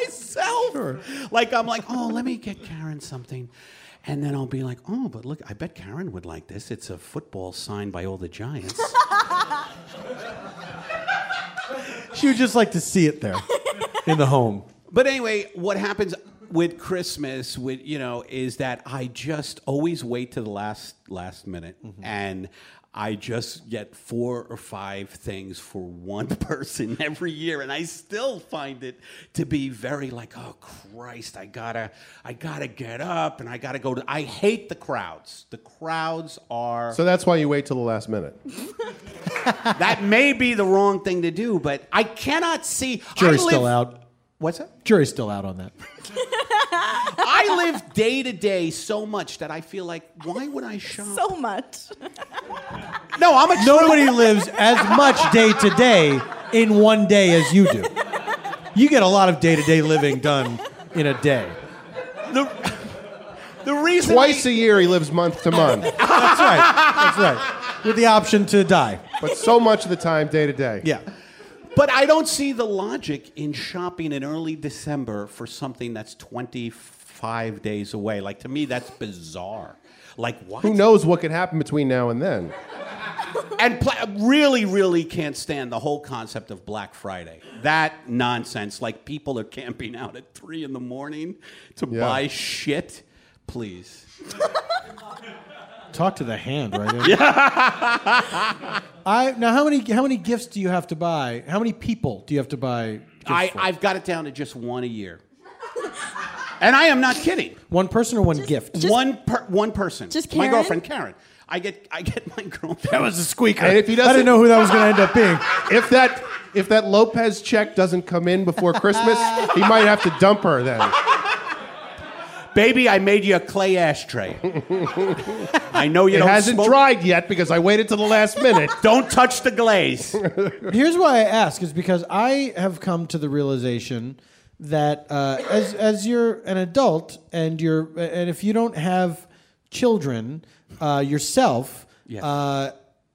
Speaker 6: Like I'm like, "Oh, let me get Karen something." And then I'll be like, "Oh, but look, I bet Karen would like this. It's a football signed by all the Giants."
Speaker 9: She would just like to see it there in the home.
Speaker 6: But anyway, what happens with Christmas, with you know, is that I just always wait to the last last minute, and I just get four or five things for one person every year, and I still find it to be very like, oh Christ, I gotta, I gotta get up, and I gotta go to. I hate the crowds. The crowds are
Speaker 5: So that's why you wait till the last minute.
Speaker 6: that may be the wrong thing to do, but I cannot see. I
Speaker 9: Jury's still
Speaker 6: live-
Speaker 9: out.
Speaker 6: What's that?
Speaker 9: Jury's still out on that.
Speaker 6: I live day to day so much that I feel like, why would I shop?
Speaker 2: So much.
Speaker 6: no, I'm a
Speaker 9: Nobody lives as much day to day in one day as you do. You get a lot of day to day living done in a day.
Speaker 6: the, the reason
Speaker 5: Twice
Speaker 6: I,
Speaker 5: a year he lives month to month,
Speaker 9: That's right. That's right. With the option to die.
Speaker 5: but so much of the time, day to day.
Speaker 9: Yeah.
Speaker 6: but I don't see the logic in shopping in early December for something that's 25 days away. Like to me, that's bizarre. Like what?
Speaker 5: Who knows what could happen between now and then?
Speaker 6: And pla- really, really can't stand the whole concept of Black Friday. That nonsense. Like people are camping out at three in the morning to
Speaker 5: Yeah.
Speaker 6: buy shit. Please.
Speaker 9: Talk to the hand right here. I now how many how many gifts do you have to buy? How many people do you have to buy? gifts
Speaker 6: I,
Speaker 9: for?
Speaker 6: I've got it down to just one a year. and I am not kidding.
Speaker 9: one person or one gift?
Speaker 6: one per, one person.
Speaker 2: Just
Speaker 6: my
Speaker 2: Karen?
Speaker 6: girlfriend Karen. I get I get my girlfriend.
Speaker 9: That was a squeaker.
Speaker 5: And if he
Speaker 9: I
Speaker 5: doesn't-
Speaker 9: didn't know who that was going to end up being.
Speaker 5: If that if that Lopez check doesn't come in before Christmas, he might have to dump her then.
Speaker 6: Baby, I made you a clay ashtray. I know you
Speaker 5: It
Speaker 6: don't
Speaker 5: hasn't
Speaker 6: smoke.
Speaker 5: dried yet because I waited till the last minute.
Speaker 6: Don't touch the glaze.
Speaker 9: Here's why I ask is because I have come to the realization that uh, as as you're an adult and you're and if you don't have children uh, yourself,
Speaker 6: Yes.
Speaker 9: uh,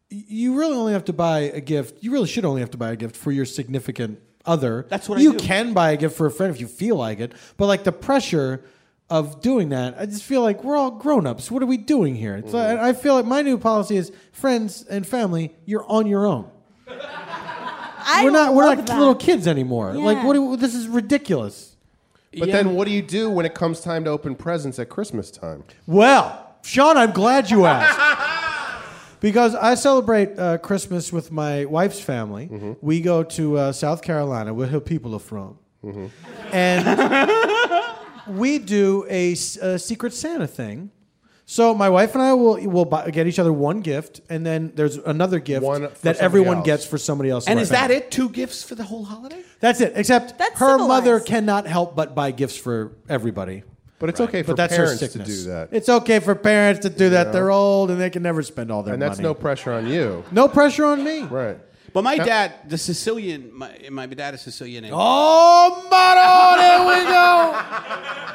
Speaker 9: you really only have to buy a gift. You really should only have to buy a gift for your significant other.
Speaker 6: That's what I
Speaker 9: you
Speaker 6: do.
Speaker 9: can buy a gift for a friend if you feel like it, but like the pressure of doing that, I just feel like we're all grown ups. What are we doing here? It's
Speaker 6: Mm-hmm.
Speaker 9: like, I feel like my new policy is friends and family. You're on your own
Speaker 2: I
Speaker 9: we're not we're
Speaker 2: love
Speaker 9: not
Speaker 2: that.
Speaker 9: little kids anymore. Like
Speaker 2: Yeah.
Speaker 9: what? Do, this is ridiculous.
Speaker 5: But then what do you do when it comes time to open presents at Christmas time?
Speaker 9: Well, Sean, I'm glad you asked. Because I celebrate uh, Christmas with my wife's family.
Speaker 5: Mm-hmm.
Speaker 9: We go to uh, South Carolina, where her people are from. And we do a, s- a Secret Santa thing. So my wife and I will will buy, get each other one gift, and then there's another gift
Speaker 5: One for
Speaker 9: that
Speaker 5: somebody
Speaker 9: everyone
Speaker 5: else.
Speaker 9: gets for somebody else. in
Speaker 6: and
Speaker 9: our
Speaker 6: is that
Speaker 9: family.
Speaker 6: it? Two gifts for the whole holiday?
Speaker 9: That's it. Except
Speaker 2: That's
Speaker 9: her
Speaker 2: civilized.
Speaker 9: mother cannot help but buy gifts for everybody.
Speaker 5: But it's okay for
Speaker 9: But that's her
Speaker 5: parents to
Speaker 9: sickness.
Speaker 5: do that.
Speaker 9: It's okay for parents to do that. They're old and they can never spend all their
Speaker 5: and
Speaker 9: money.
Speaker 5: that's no pressure on you.
Speaker 9: no pressure on me.
Speaker 5: Right.
Speaker 6: But my dad, the Sicilian, my, my dad is Sicilian. And,
Speaker 9: Oh, motto!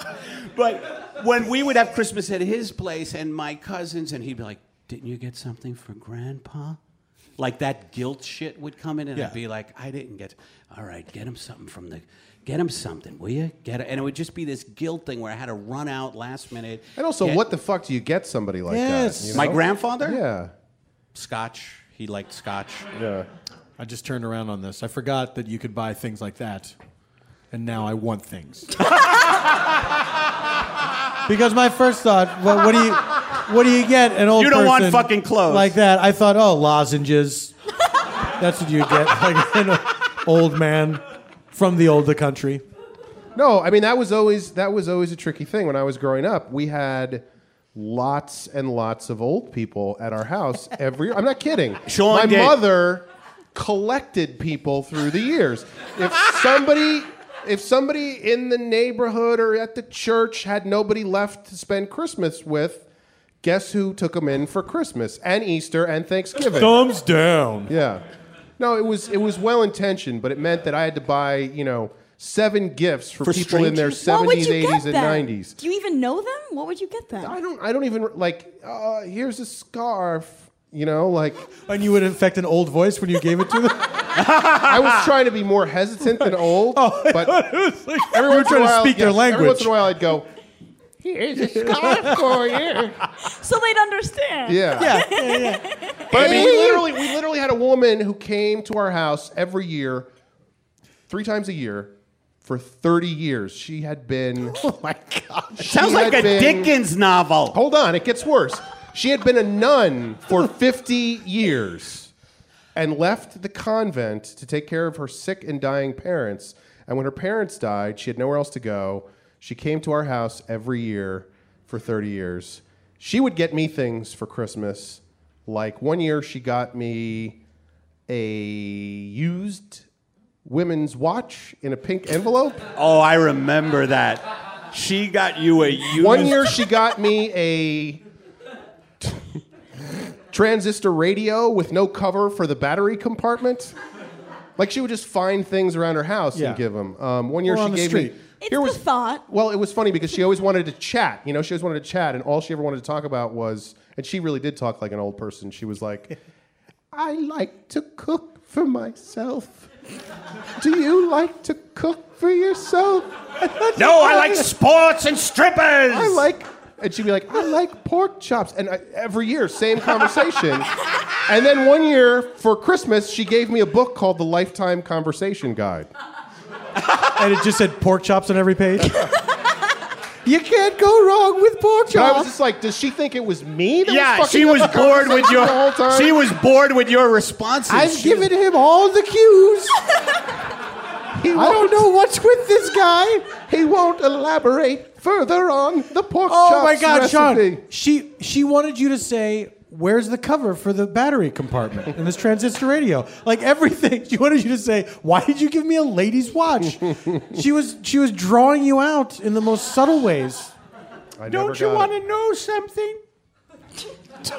Speaker 9: There we go.
Speaker 6: But when we would have Christmas at his place and my cousins, and he'd be like, Didn't you get something for grandpa? Like that guilt shit would come in, and
Speaker 9: Yeah.
Speaker 6: I'd be like, I didn't get, all right, get him something from the, get him something, will you? Get it. And it would just be this guilt thing where I had to run out last minute.
Speaker 5: And also,
Speaker 6: get-
Speaker 5: what the fuck do you get somebody like
Speaker 9: Yes.
Speaker 5: that? you
Speaker 6: My
Speaker 5: know?
Speaker 6: grandfather?
Speaker 5: Yeah.
Speaker 6: Scotch. He liked scotch.
Speaker 5: Yeah.
Speaker 9: I just turned around on this. I forgot that you could buy things like that, and now I want things. because my first thought, well, what do you, what do you get an old?
Speaker 6: You don't want
Speaker 9: person
Speaker 6: fucking clothes.
Speaker 9: like that. I thought, oh, lozenges. That's what you get, like an old man from the older country.
Speaker 5: No, I mean that was always that was always a tricky thing when I was growing up. We had lots and lots of old people at our house every I'm not kidding.
Speaker 6: Sean
Speaker 5: My
Speaker 6: did.
Speaker 5: mother collected people through the years. If somebody if somebody in the neighborhood or at the church had nobody left to spend Christmas with, guess who took them in for Christmas and Easter and Thanksgiving?
Speaker 9: Thumbs down.
Speaker 5: Yeah. No, it was it was well intentioned, but it meant that I had to buy you know seven gifts for,
Speaker 6: For
Speaker 5: people in their
Speaker 6: strangers?
Speaker 2: what would
Speaker 5: seventies,
Speaker 2: you
Speaker 5: eighties,
Speaker 2: get
Speaker 5: and
Speaker 2: them?
Speaker 5: nineties.
Speaker 2: Do you even know them? What would you get them?
Speaker 5: I don't I don't even like uh, here's a scarf. You know, like
Speaker 9: And you would infect an old voice when you gave it to them.
Speaker 5: I was trying to be more hesitant than old, but
Speaker 9: Everyone
Speaker 5: once in
Speaker 9: trying
Speaker 5: a
Speaker 9: to
Speaker 5: while-
Speaker 9: speak their
Speaker 5: yes, Every
Speaker 9: language.
Speaker 5: once in a while, I'd go. Here's a scarf for you.
Speaker 2: So they'd understand.
Speaker 5: Yeah.
Speaker 9: yeah, yeah, yeah.
Speaker 5: But I mean, we literally, we literally had a woman who came to our house every year, three times a year, for 30 years. She had been. Oh my God.
Speaker 6: Sounds like a Dickens novel.
Speaker 5: Hold on, it gets worse. She had been a nun for 50 years and left the convent to take care of her sick and dying parents. And when her parents died, she had nowhere else to go. She came to our house every year for 30 years. She would get me things for Christmas. Like one year, she got me a used women's watch in a pink envelope.
Speaker 6: Oh, I remember that. She got you a used
Speaker 5: One year she got me a transistor radio with no cover for the battery compartment. Like she would just find things around her house
Speaker 9: Yeah.
Speaker 5: and give them. Um, one year
Speaker 9: Or
Speaker 5: she
Speaker 9: on the
Speaker 5: gave
Speaker 9: street.
Speaker 5: me.
Speaker 2: It's the thought.
Speaker 5: Well, it was funny because she always wanted to chat. You know, she always wanted to chat, and all she ever wanted to talk about was, and she really did talk like an old person. She was like, "I like to cook for myself. Do you like to cook for yourself?"
Speaker 6: No, I like sports and strippers.
Speaker 5: I like, and she'd be like, I like pork chops. And I, every year, same conversation. and then one year for Christmas, she gave me a book called The Lifetime Conversation Guide.
Speaker 9: And it just said pork chops on every page. you can't go wrong with pork
Speaker 5: And I
Speaker 9: chops.
Speaker 5: was just like, does she think it was me? That
Speaker 6: Yeah,
Speaker 5: was fucking
Speaker 6: she
Speaker 5: up
Speaker 6: was
Speaker 5: the
Speaker 6: bored with
Speaker 5: conversation
Speaker 6: your.
Speaker 5: the whole time.
Speaker 6: She was bored with your responses.
Speaker 9: I've
Speaker 6: She
Speaker 9: given him all the cues.
Speaker 5: He
Speaker 9: I don't
Speaker 5: won't-
Speaker 9: know what's with this guy.
Speaker 5: He won't elaborate further on the pork chops
Speaker 9: Oh my God,
Speaker 5: recipe.
Speaker 9: Sean! She she wanted you to say, "Where's the cover for the battery compartment in this transistor radio?" Like everything, she wanted you to say, "Why did you give me a lady's watch?" she was she was drawing you out in the most subtle ways.
Speaker 5: I never
Speaker 9: Don't you
Speaker 5: got it.
Speaker 9: want to know something?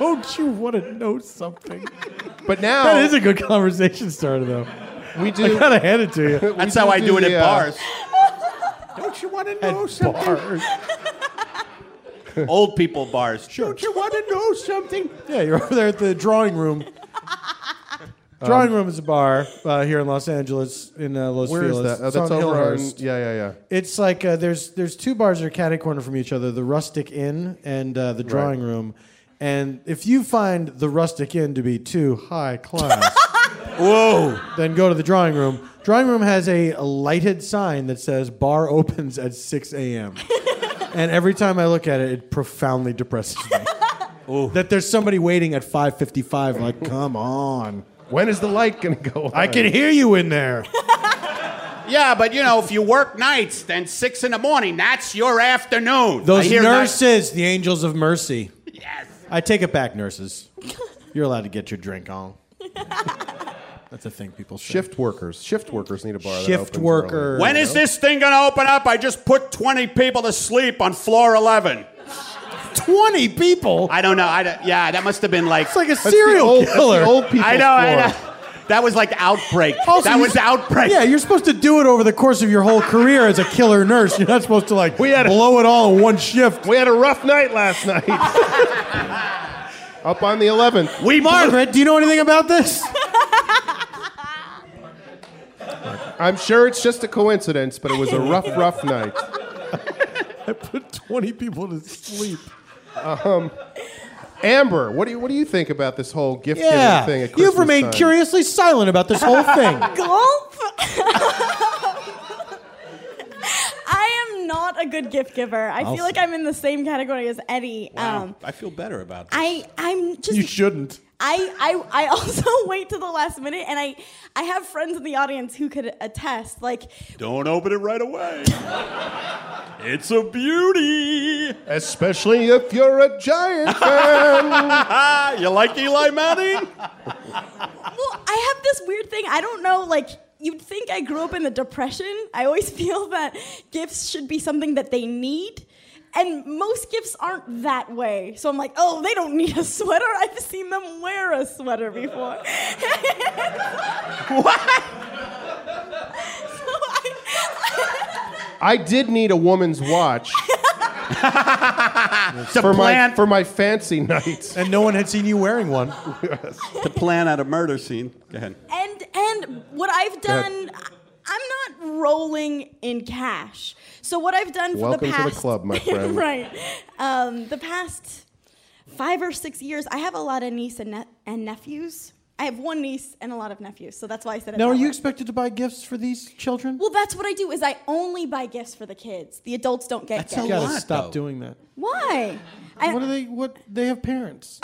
Speaker 9: Don't you want to know something?
Speaker 5: But now
Speaker 9: That is a good conversation starter, though.
Speaker 5: we
Speaker 9: I
Speaker 5: do.
Speaker 9: gotta hand it to you.
Speaker 6: That's how I do it
Speaker 5: the,
Speaker 6: at
Speaker 5: uh,
Speaker 6: bars.
Speaker 9: Don't you want to
Speaker 5: Oh,
Speaker 9: know something?
Speaker 6: Old people bars.
Speaker 9: Don't you want to know something? Yeah, you're over there at the drawing room. drawing room is a bar uh, here in Los Angeles, in uh, Los
Speaker 5: Where is
Speaker 9: Feliz.
Speaker 5: that? Oh,
Speaker 9: It's
Speaker 5: that's
Speaker 9: on
Speaker 5: over on.
Speaker 9: Hillhurst.
Speaker 5: Yeah, yeah, yeah.
Speaker 9: It's like uh, there's there's two bars that are catty corner from each other: the Rustic Inn and uh, the Drawing Room. And if you find the Rustic Inn to be too high class,
Speaker 6: Whoa.
Speaker 9: then go to the Drawing Room. Drawing Room has a lighted sign that says "Bar opens at 6 a.m." and every time I look at it, it profoundly depresses me. That there's somebody waiting at 5:55. Like, come on!
Speaker 5: When is the light going to go on?
Speaker 9: I can hear you in there.
Speaker 6: Yeah, but you know, if you work nights, then six in the morning, that's your afternoon. I
Speaker 9: Those
Speaker 6: hear that-
Speaker 9: nurses, the angels of mercy.
Speaker 6: Yes.
Speaker 9: I take it back, nurses. You're allowed to get your drink on. That's a thing people say.
Speaker 5: Shift workers. Shift workers need a bar. that
Speaker 9: Shift
Speaker 5: opens early.
Speaker 9: worker.
Speaker 6: When is this thing going to open up? I just put 20 people to sleep on floor 11.
Speaker 9: 20 people?
Speaker 6: I don't know. I don't, yeah, that must have been like.
Speaker 9: It's like a
Speaker 5: That's the
Speaker 9: serial
Speaker 5: old, that's the
Speaker 9: killer.
Speaker 5: old people's
Speaker 6: I know, I
Speaker 5: floor.
Speaker 6: know. That was like outbreak.
Speaker 9: Also,
Speaker 6: that
Speaker 9: you-
Speaker 6: was outbreak.
Speaker 9: Yeah, you're supposed to do it over the course of your whole career as a killer nurse. You're not supposed to like
Speaker 5: We had a-
Speaker 9: blow it all in one shift.
Speaker 5: We had a rough night last night. Up on the 11th.
Speaker 6: we marked.
Speaker 9: Margaret, do you know anything about this?
Speaker 5: I'm sure it's just a coincidence, but it was a rough, rough night.
Speaker 9: I put 20 people to sleep.
Speaker 5: Um, Amber, what do you what do you think about this whole gift giving
Speaker 9: Yeah,
Speaker 5: thing? At
Speaker 9: you've
Speaker 5: Christmas
Speaker 9: remained
Speaker 5: time?
Speaker 9: curiously silent about this whole thing.
Speaker 2: Gulp. I am not a good gift giver. I feel like I'm in the same category as Eddie. Um,
Speaker 6: I feel better about this.
Speaker 2: I I'm just
Speaker 9: you shouldn't.
Speaker 2: I, I I also wait to the last minute, and I I have friends in the audience who could attest. Like
Speaker 6: Don't open it right away. it's a beauty.
Speaker 5: Especially if you're a giant fan.
Speaker 6: Ah, you like Eli Manning?
Speaker 2: Well, I have this weird thing. I don't know, like, you'd think I grew up in the Depression. I always feel that gifts should be something that they need. And most gifts aren't that way. So I'm like, oh, they don't need a sweater. I've seen them wear a sweater before. what? so I,
Speaker 5: I did need a woman's watch for my
Speaker 6: plan-
Speaker 5: for my fancy nights.
Speaker 9: And no one had seen you wearing one.
Speaker 6: to plan out a murder scene. Go ahead.
Speaker 2: and and what I've done, I'm not rolling in cash. So what I've done for
Speaker 5: Welcome
Speaker 2: the
Speaker 5: to the
Speaker 2: past
Speaker 5: club, my friend.
Speaker 2: right, um, the past five or six years, I have a lot of niece and, ne- and nephews. I have one niece and a lot of nephews, so that's why I said it.
Speaker 9: Now,
Speaker 2: that
Speaker 9: are you
Speaker 2: way.
Speaker 9: expected to buy gifts for these children?
Speaker 2: well, that's what I do. Is I only buy gifts for the kids. The adults don't get
Speaker 6: That's a
Speaker 2: gifts.
Speaker 9: you gotta
Speaker 6: lot,
Speaker 9: stop
Speaker 6: though.
Speaker 9: doing that.
Speaker 2: Why? I,
Speaker 9: What are they? What they have parents?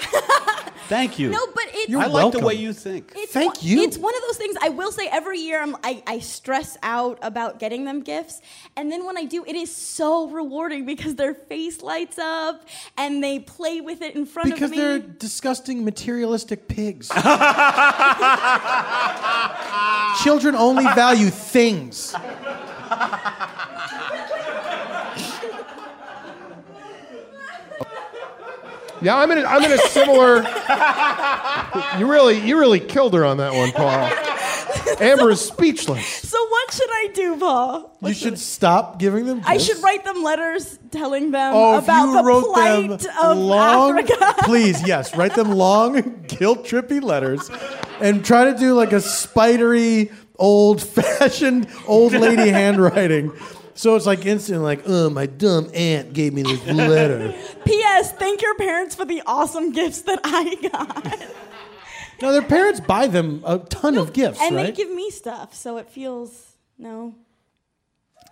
Speaker 6: Thank you.
Speaker 2: no, but it,
Speaker 9: You're
Speaker 6: I like
Speaker 9: welcome.
Speaker 6: the way you think.
Speaker 2: It's
Speaker 9: Thank
Speaker 2: one,
Speaker 9: you.
Speaker 2: It's one of those things. I will say every year I'm, I I stress out about getting them gifts, and then when I do, it is so rewarding because their face lights up and they play with it in front
Speaker 9: Because
Speaker 2: of me.
Speaker 9: they're disgusting, materialistic pigs. Children only value things.
Speaker 5: Yeah, I'm in a, I'm in a similar. you really you really killed her on that one, Paul. Amber is speechless.
Speaker 2: so what should I do, Paul? What
Speaker 9: You should stop giving them. Gifts.
Speaker 2: I should write them letters telling them
Speaker 9: Oh, if
Speaker 2: about
Speaker 9: you
Speaker 2: the
Speaker 9: wrote
Speaker 2: plight
Speaker 9: them
Speaker 2: of
Speaker 9: long,
Speaker 2: Africa.
Speaker 9: please, yes, write them long, guilt trippy letters, and try to do like a spidery, old fashioned, old lady handwriting. So it's like instant, like, oh, my dumb aunt gave me this letter.
Speaker 2: P.S. Thank your parents for the awesome gifts that I got,
Speaker 9: now their parents buy them a ton of gifts,
Speaker 2: and they
Speaker 9: right?
Speaker 2: give me stuff, so it feels no.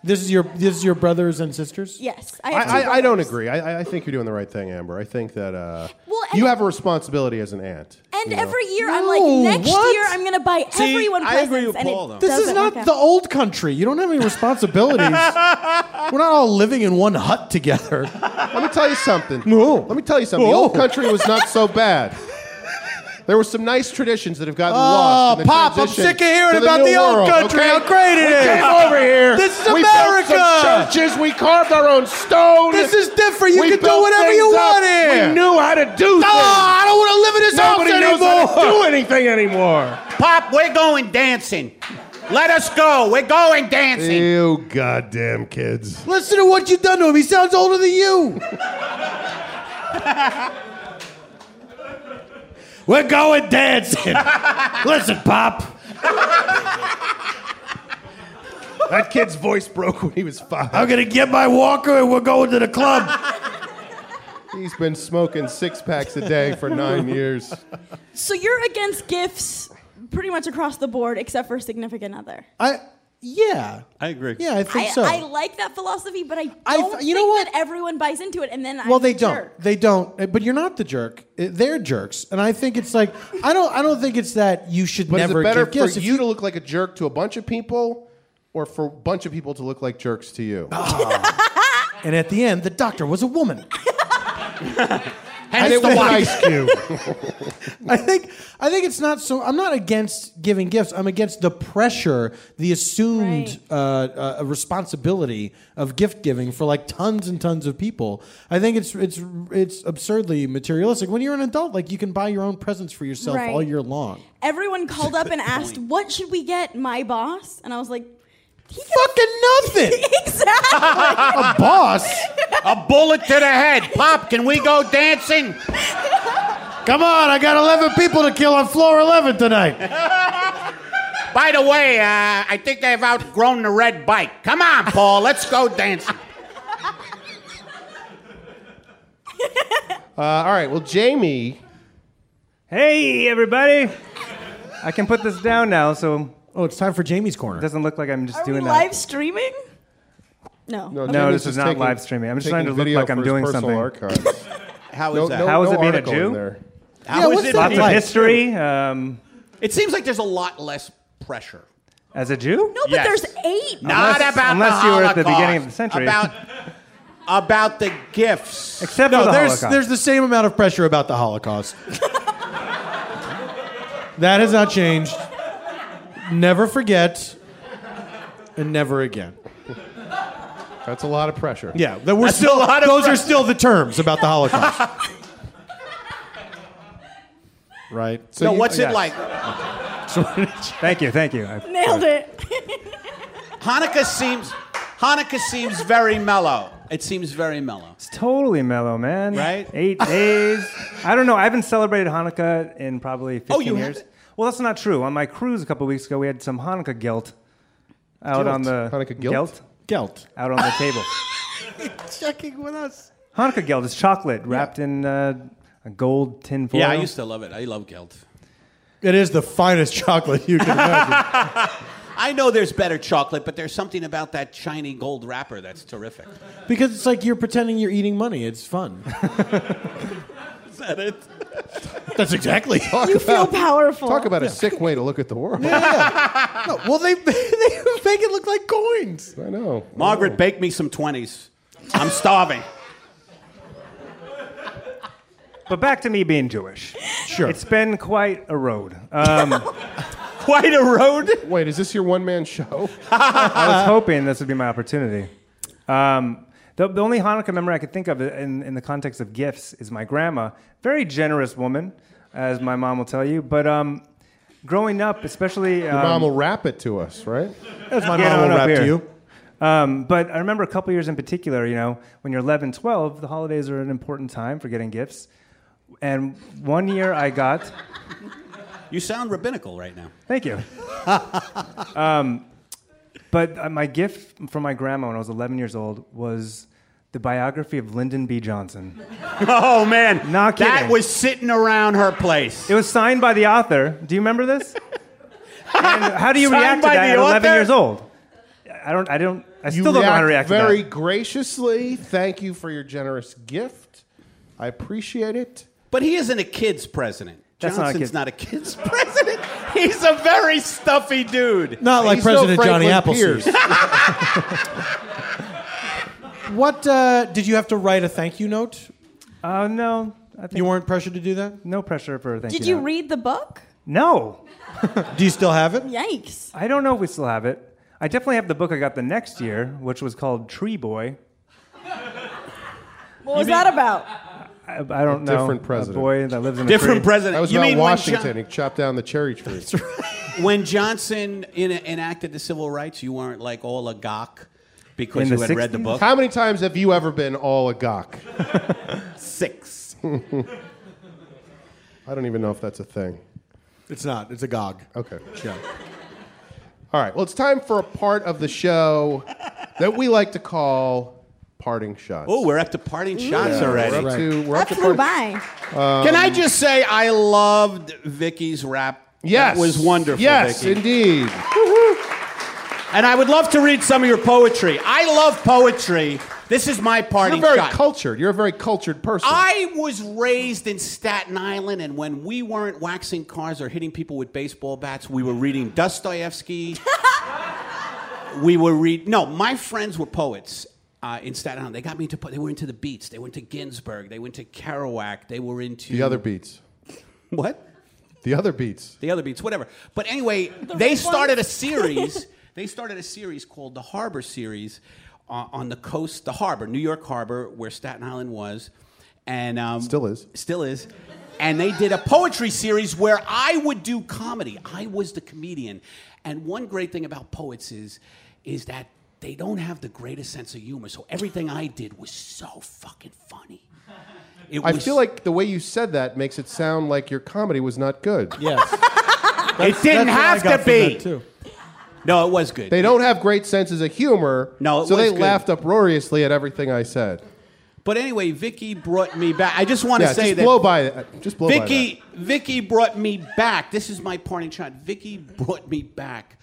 Speaker 9: this is your this is your brothers and sisters.
Speaker 2: Yes,
Speaker 5: I,
Speaker 2: have two
Speaker 5: I, I don't
Speaker 2: brothers.
Speaker 5: agree. I, I- I think you're doing the right thing, Amber. I think that uh,
Speaker 2: Well, and-
Speaker 5: you have a responsibility as an aunt.
Speaker 2: And
Speaker 5: you know?
Speaker 2: every year, I'm
Speaker 9: No,
Speaker 2: like, next
Speaker 9: what?
Speaker 2: year, I'm gonna buy
Speaker 6: See,
Speaker 2: everyone
Speaker 6: I
Speaker 2: presents.
Speaker 6: agree with
Speaker 2: and it
Speaker 6: Paul, though.
Speaker 9: This is
Speaker 2: doesn't
Speaker 9: not
Speaker 2: work out.
Speaker 9: the old country. You don't have any responsibilities. We're not all living in one hut together.
Speaker 5: Let me tell you something.
Speaker 9: No.
Speaker 5: Let me tell you something. The
Speaker 9: No.
Speaker 5: old country was not so bad. There were some nice traditions that have gotten lost.
Speaker 9: Oh,
Speaker 5: in the
Speaker 9: Pop, I'm
Speaker 5: transition
Speaker 9: sick of
Speaker 5: to
Speaker 9: hearing about
Speaker 5: new
Speaker 9: the old
Speaker 5: world,
Speaker 9: country,
Speaker 5: okay?
Speaker 9: how great it
Speaker 5: we
Speaker 9: is.
Speaker 5: came over here.
Speaker 9: This is
Speaker 5: we built some
Speaker 9: America.
Speaker 5: churches. We carved our own stone.
Speaker 9: This is different. You
Speaker 5: we
Speaker 9: can do
Speaker 5: built
Speaker 9: whatever you
Speaker 5: things up.
Speaker 9: want here.
Speaker 5: We knew how to do
Speaker 9: Oh, I don't want to live in this
Speaker 5: things. Nobody
Speaker 9: house
Speaker 5: knows
Speaker 9: anymore.
Speaker 5: how to do anything anymore.
Speaker 6: Pop, we're going dancing. Let us go. We're going dancing.
Speaker 5: You goddamn kids.
Speaker 9: Listen to what you've done to him. He sounds older than you. We're going dancing. Listen, Pop.
Speaker 5: That kid's voice broke when he was five.
Speaker 9: I'm going to get my walker and we're going to the club.
Speaker 5: He's been smoking six packs a day for nine years.
Speaker 2: So you're against gifts, pretty much across the board, except for significant other.
Speaker 9: I, yeah.
Speaker 6: I agree.
Speaker 9: Yeah, I think
Speaker 2: I,
Speaker 9: so.
Speaker 2: I like that philosophy, but I don't
Speaker 9: I th- you
Speaker 2: think
Speaker 9: know what?
Speaker 2: that everyone buys into it. And then
Speaker 9: Well,
Speaker 2: I'm
Speaker 9: they
Speaker 2: the
Speaker 9: don't.
Speaker 2: jerk.
Speaker 9: They don't. Uh, But you're not the jerk. Uh, They're jerks, and I think it's like I don't. I don't think it's that you should
Speaker 5: But
Speaker 9: never
Speaker 5: is it better
Speaker 9: give
Speaker 5: for
Speaker 9: gifts.
Speaker 5: you,
Speaker 9: If
Speaker 5: to look like a jerk to a bunch of people, or for a bunch of people to look like jerks to you? Ah.
Speaker 9: and at the end, the doctor was a woman.
Speaker 6: Hence
Speaker 5: and it
Speaker 6: the
Speaker 5: was an
Speaker 6: watch.
Speaker 5: ice cube.
Speaker 9: I think I think it's not so. I'm not against giving gifts. I'm against the pressure, the assumed
Speaker 2: Right.
Speaker 9: uh, uh, responsibility of gift giving for like tons and tons of people. I think it's it's it's absurdly materialistic. When you're an adult, like you can buy your own presents for yourself
Speaker 2: Right.
Speaker 9: all year long.
Speaker 2: Everyone called up and asked, "What should we get my boss?" And I was like, "He
Speaker 9: Fucking nothing.
Speaker 2: can exactly."
Speaker 9: A boss.
Speaker 6: A bullet to the head. Pop, can we go dancing?
Speaker 9: Come on, I got 11 people to kill on floor 11 tonight.
Speaker 6: By the way, uh, I think they've outgrown the red bike. Come on, Paul, let's go dancing.
Speaker 5: Uh, all right. Well, Jamie.
Speaker 7: Hey, everybody. I can put this down now, so
Speaker 9: Oh, it's time for Jamie's
Speaker 7: it
Speaker 9: corner.
Speaker 7: doesn't look like I'm just
Speaker 2: Are we
Speaker 7: doing that.
Speaker 2: live streaming? No.
Speaker 5: No,
Speaker 7: No,
Speaker 5: Oh, Jamie's
Speaker 7: this is
Speaker 5: just
Speaker 7: not
Speaker 5: taking-
Speaker 7: live streaming. I'm just trying
Speaker 5: taking
Speaker 7: to look
Speaker 5: video
Speaker 7: like I'm
Speaker 5: for his
Speaker 7: doing
Speaker 5: personal
Speaker 7: something.
Speaker 5: Archives.
Speaker 6: How is
Speaker 5: no,
Speaker 6: that?
Speaker 5: no,
Speaker 7: How is
Speaker 5: no
Speaker 7: it being a
Speaker 5: article in
Speaker 7: Jew?
Speaker 5: there.
Speaker 6: How
Speaker 9: Yeah,
Speaker 6: is
Speaker 9: what's
Speaker 6: it?
Speaker 9: that
Speaker 7: Lots of
Speaker 9: Like-
Speaker 7: history. Um,
Speaker 6: It seems like there's a lot less pressure.
Speaker 7: as a Jew?
Speaker 2: No, but
Speaker 6: Yes.
Speaker 2: there's eight.
Speaker 6: Not
Speaker 7: Unless-
Speaker 6: about
Speaker 7: unless
Speaker 6: the
Speaker 7: you were at the
Speaker 6: Holocaust,
Speaker 7: beginning of the century.
Speaker 6: About, about the gifts.
Speaker 7: Except for
Speaker 9: No,
Speaker 7: the
Speaker 9: there's
Speaker 7: Holocaust.
Speaker 9: there's the same amount of pressure about the Holocaust. that has not changed. Never forget, and never again.
Speaker 5: That's a lot of pressure.
Speaker 9: Yeah, that we're still
Speaker 6: lot of
Speaker 9: those are
Speaker 6: pressure.
Speaker 9: still the terms about the Holocaust. right. So
Speaker 6: no,
Speaker 9: you-
Speaker 6: what's
Speaker 7: yes.
Speaker 6: it like?
Speaker 7: Thank you, thank you. I-
Speaker 2: Nailed it.
Speaker 6: Hanukkah seems Hanukkah seems very mellow. It seems very mellow.
Speaker 7: It's totally mellow, man.
Speaker 6: Right?
Speaker 7: Eight days. I don't know. I haven't celebrated Hanukkah in probably 15
Speaker 6: Oh, you
Speaker 7: years.
Speaker 6: haven't?
Speaker 7: Well, that's not true. On my cruise a couple weeks ago, we had some Hanukkah guilt out on the
Speaker 5: Hanukkah guilt?
Speaker 9: Gelt.
Speaker 7: out on the table.
Speaker 9: Checking with us.
Speaker 7: Hanukkah guilt is chocolate wrapped in uh, a gold tin foil.
Speaker 6: Yeah, I used to love it. I love guilt.
Speaker 9: It is the finest chocolate you can imagine.
Speaker 6: I know there's better chocolate, but there's something about that shiny gold wrapper that's terrific.
Speaker 9: because it's like you're pretending you're eating money. It's fun.
Speaker 6: Is that it?
Speaker 9: That's exactly.
Speaker 2: you feel powerful.
Speaker 5: Talk about a sick way to look at the world.
Speaker 9: No, well, they, they make it look like coins.
Speaker 5: I know.
Speaker 6: Margaret, bake me some 20s. I'm starving.
Speaker 7: But back to me being Jewish.
Speaker 9: Sure.
Speaker 7: It's been quite a road. Um,
Speaker 6: Quite a road.
Speaker 5: Wait, is this your one man show?
Speaker 7: I was hoping this would be my opportunity. Um, the, the only Hanukkah memory I could think of in, in the context of gifts is my grandma. Very generous woman, as my mom will tell you. But um, growing up, especially. Um,
Speaker 5: Mom will rap it to us, right?
Speaker 9: That's my
Speaker 7: Yeah,
Speaker 9: mom
Speaker 7: no,
Speaker 9: will
Speaker 7: no,
Speaker 9: rap
Speaker 7: beer.
Speaker 9: to you.
Speaker 7: Um, but I remember a couple years in particular, you know, when you're 11, 12, the holidays are an important time for getting gifts. And one year I got.
Speaker 6: You sound rabbinical right now.
Speaker 7: Thank you. um, but uh, my gift from my grandma when I was 11 years old was the biography of Lyndon B. Johnson.
Speaker 6: Oh man,
Speaker 7: Not
Speaker 6: that
Speaker 7: kidding.
Speaker 6: was sitting around her place.
Speaker 7: It was signed by the author. Do you remember this? and how do you
Speaker 6: Signed
Speaker 7: react to
Speaker 6: by
Speaker 7: that
Speaker 6: the
Speaker 7: at 11
Speaker 6: author?
Speaker 7: years old? I don't. I don't. I
Speaker 5: You
Speaker 7: still don't know how to react
Speaker 5: react very
Speaker 7: to that.
Speaker 5: graciously. Thank you for your generous gift. I appreciate it.
Speaker 6: But he isn't a kid's president.
Speaker 7: That's not a
Speaker 6: Johnson's
Speaker 7: kid.
Speaker 6: not a kid's president. He's a very stuffy dude.
Speaker 9: Not like
Speaker 5: He's no
Speaker 9: President
Speaker 5: Franklin
Speaker 9: Johnny Appleseed.
Speaker 5: Pierce.
Speaker 9: what uh, did you have to write a thank you note?
Speaker 7: Uh, no, I think
Speaker 9: You weren't pressured to do that.
Speaker 7: no pressure for. Thank
Speaker 2: Did you
Speaker 7: note.
Speaker 2: read the book?
Speaker 7: No,
Speaker 9: Do you still have it?
Speaker 2: Yikes.
Speaker 7: I don't know if we still have it. I definitely have the book I got the next year, which was called Tree Boy.
Speaker 2: What was that about?
Speaker 7: I, I don't know.
Speaker 5: different president.
Speaker 7: A boy that lives in a
Speaker 6: Different
Speaker 7: tree.
Speaker 6: president.
Speaker 5: That was
Speaker 6: you
Speaker 5: about
Speaker 6: mean
Speaker 5: Washington.
Speaker 6: When,
Speaker 5: he chopped down the cherry tree.
Speaker 6: Jo- when Johnson in, enacted the civil rights, you weren't like all a gawk because
Speaker 7: In
Speaker 6: you
Speaker 7: the
Speaker 6: had read the
Speaker 7: 60s?
Speaker 6: book.
Speaker 5: How many times have you ever been all agog?
Speaker 6: Six.
Speaker 5: I don't even know if that's a thing.
Speaker 9: It's not. It's a gog.
Speaker 5: Okay. All right. Well, it's time for a part of the show that we like to call parting shots.
Speaker 6: Oh, we're up to parting shots
Speaker 5: We're
Speaker 6: already.
Speaker 5: up to, we're up
Speaker 2: That
Speaker 5: to Um,
Speaker 2: flew
Speaker 5: parting-
Speaker 2: by.
Speaker 6: Can I just say I loved Vicky's rap.
Speaker 5: Yes.
Speaker 6: That was wonderful.
Speaker 5: Yes,
Speaker 6: Vicky.
Speaker 5: indeed.
Speaker 6: And I would love to read some of your poetry. I love poetry. This is my party
Speaker 5: You're very
Speaker 6: shot.
Speaker 5: cultured. You're a very cultured person.
Speaker 6: I was raised in Staten Island, and when we weren't waxing cars or hitting people with baseball bats, we were reading Dostoevsky. we were read. No, my friends were poets, uh, in Staten Island. They got me into. They were into the Beats. They went to Ginsberg. They went to Kerouac. They were into
Speaker 5: The other beats.
Speaker 6: what?
Speaker 5: The other beats.
Speaker 6: the other beats, whatever. But anyway, they started a series. they started a series called the Harbor Series uh, on the coast, the harbor, New York Harbor, where Staten Island was, and um,
Speaker 5: Still is.
Speaker 6: still is. And they did a poetry series where I would do comedy. I was the comedian. And one great thing about poets is, is that they don't have the greatest sense of humor. So everything I did was so fucking funny. It
Speaker 5: I
Speaker 6: was-
Speaker 5: feel like the way you said that makes it sound like your comedy was not good.
Speaker 9: Yes.
Speaker 6: it didn't have to be.
Speaker 9: too.
Speaker 6: No, it was good.
Speaker 5: They don't have great senses of humor.
Speaker 6: No, it
Speaker 5: so
Speaker 6: was
Speaker 5: they
Speaker 6: good.
Speaker 5: laughed uproariously at everything I said.
Speaker 6: But anyway, Vicky brought me back. I just want to
Speaker 5: Yeah,
Speaker 6: say
Speaker 5: just
Speaker 6: that
Speaker 5: blow by that. Just blow by that.
Speaker 6: Vicky Vicky brought me back. This is my parting shot. Vicky brought me back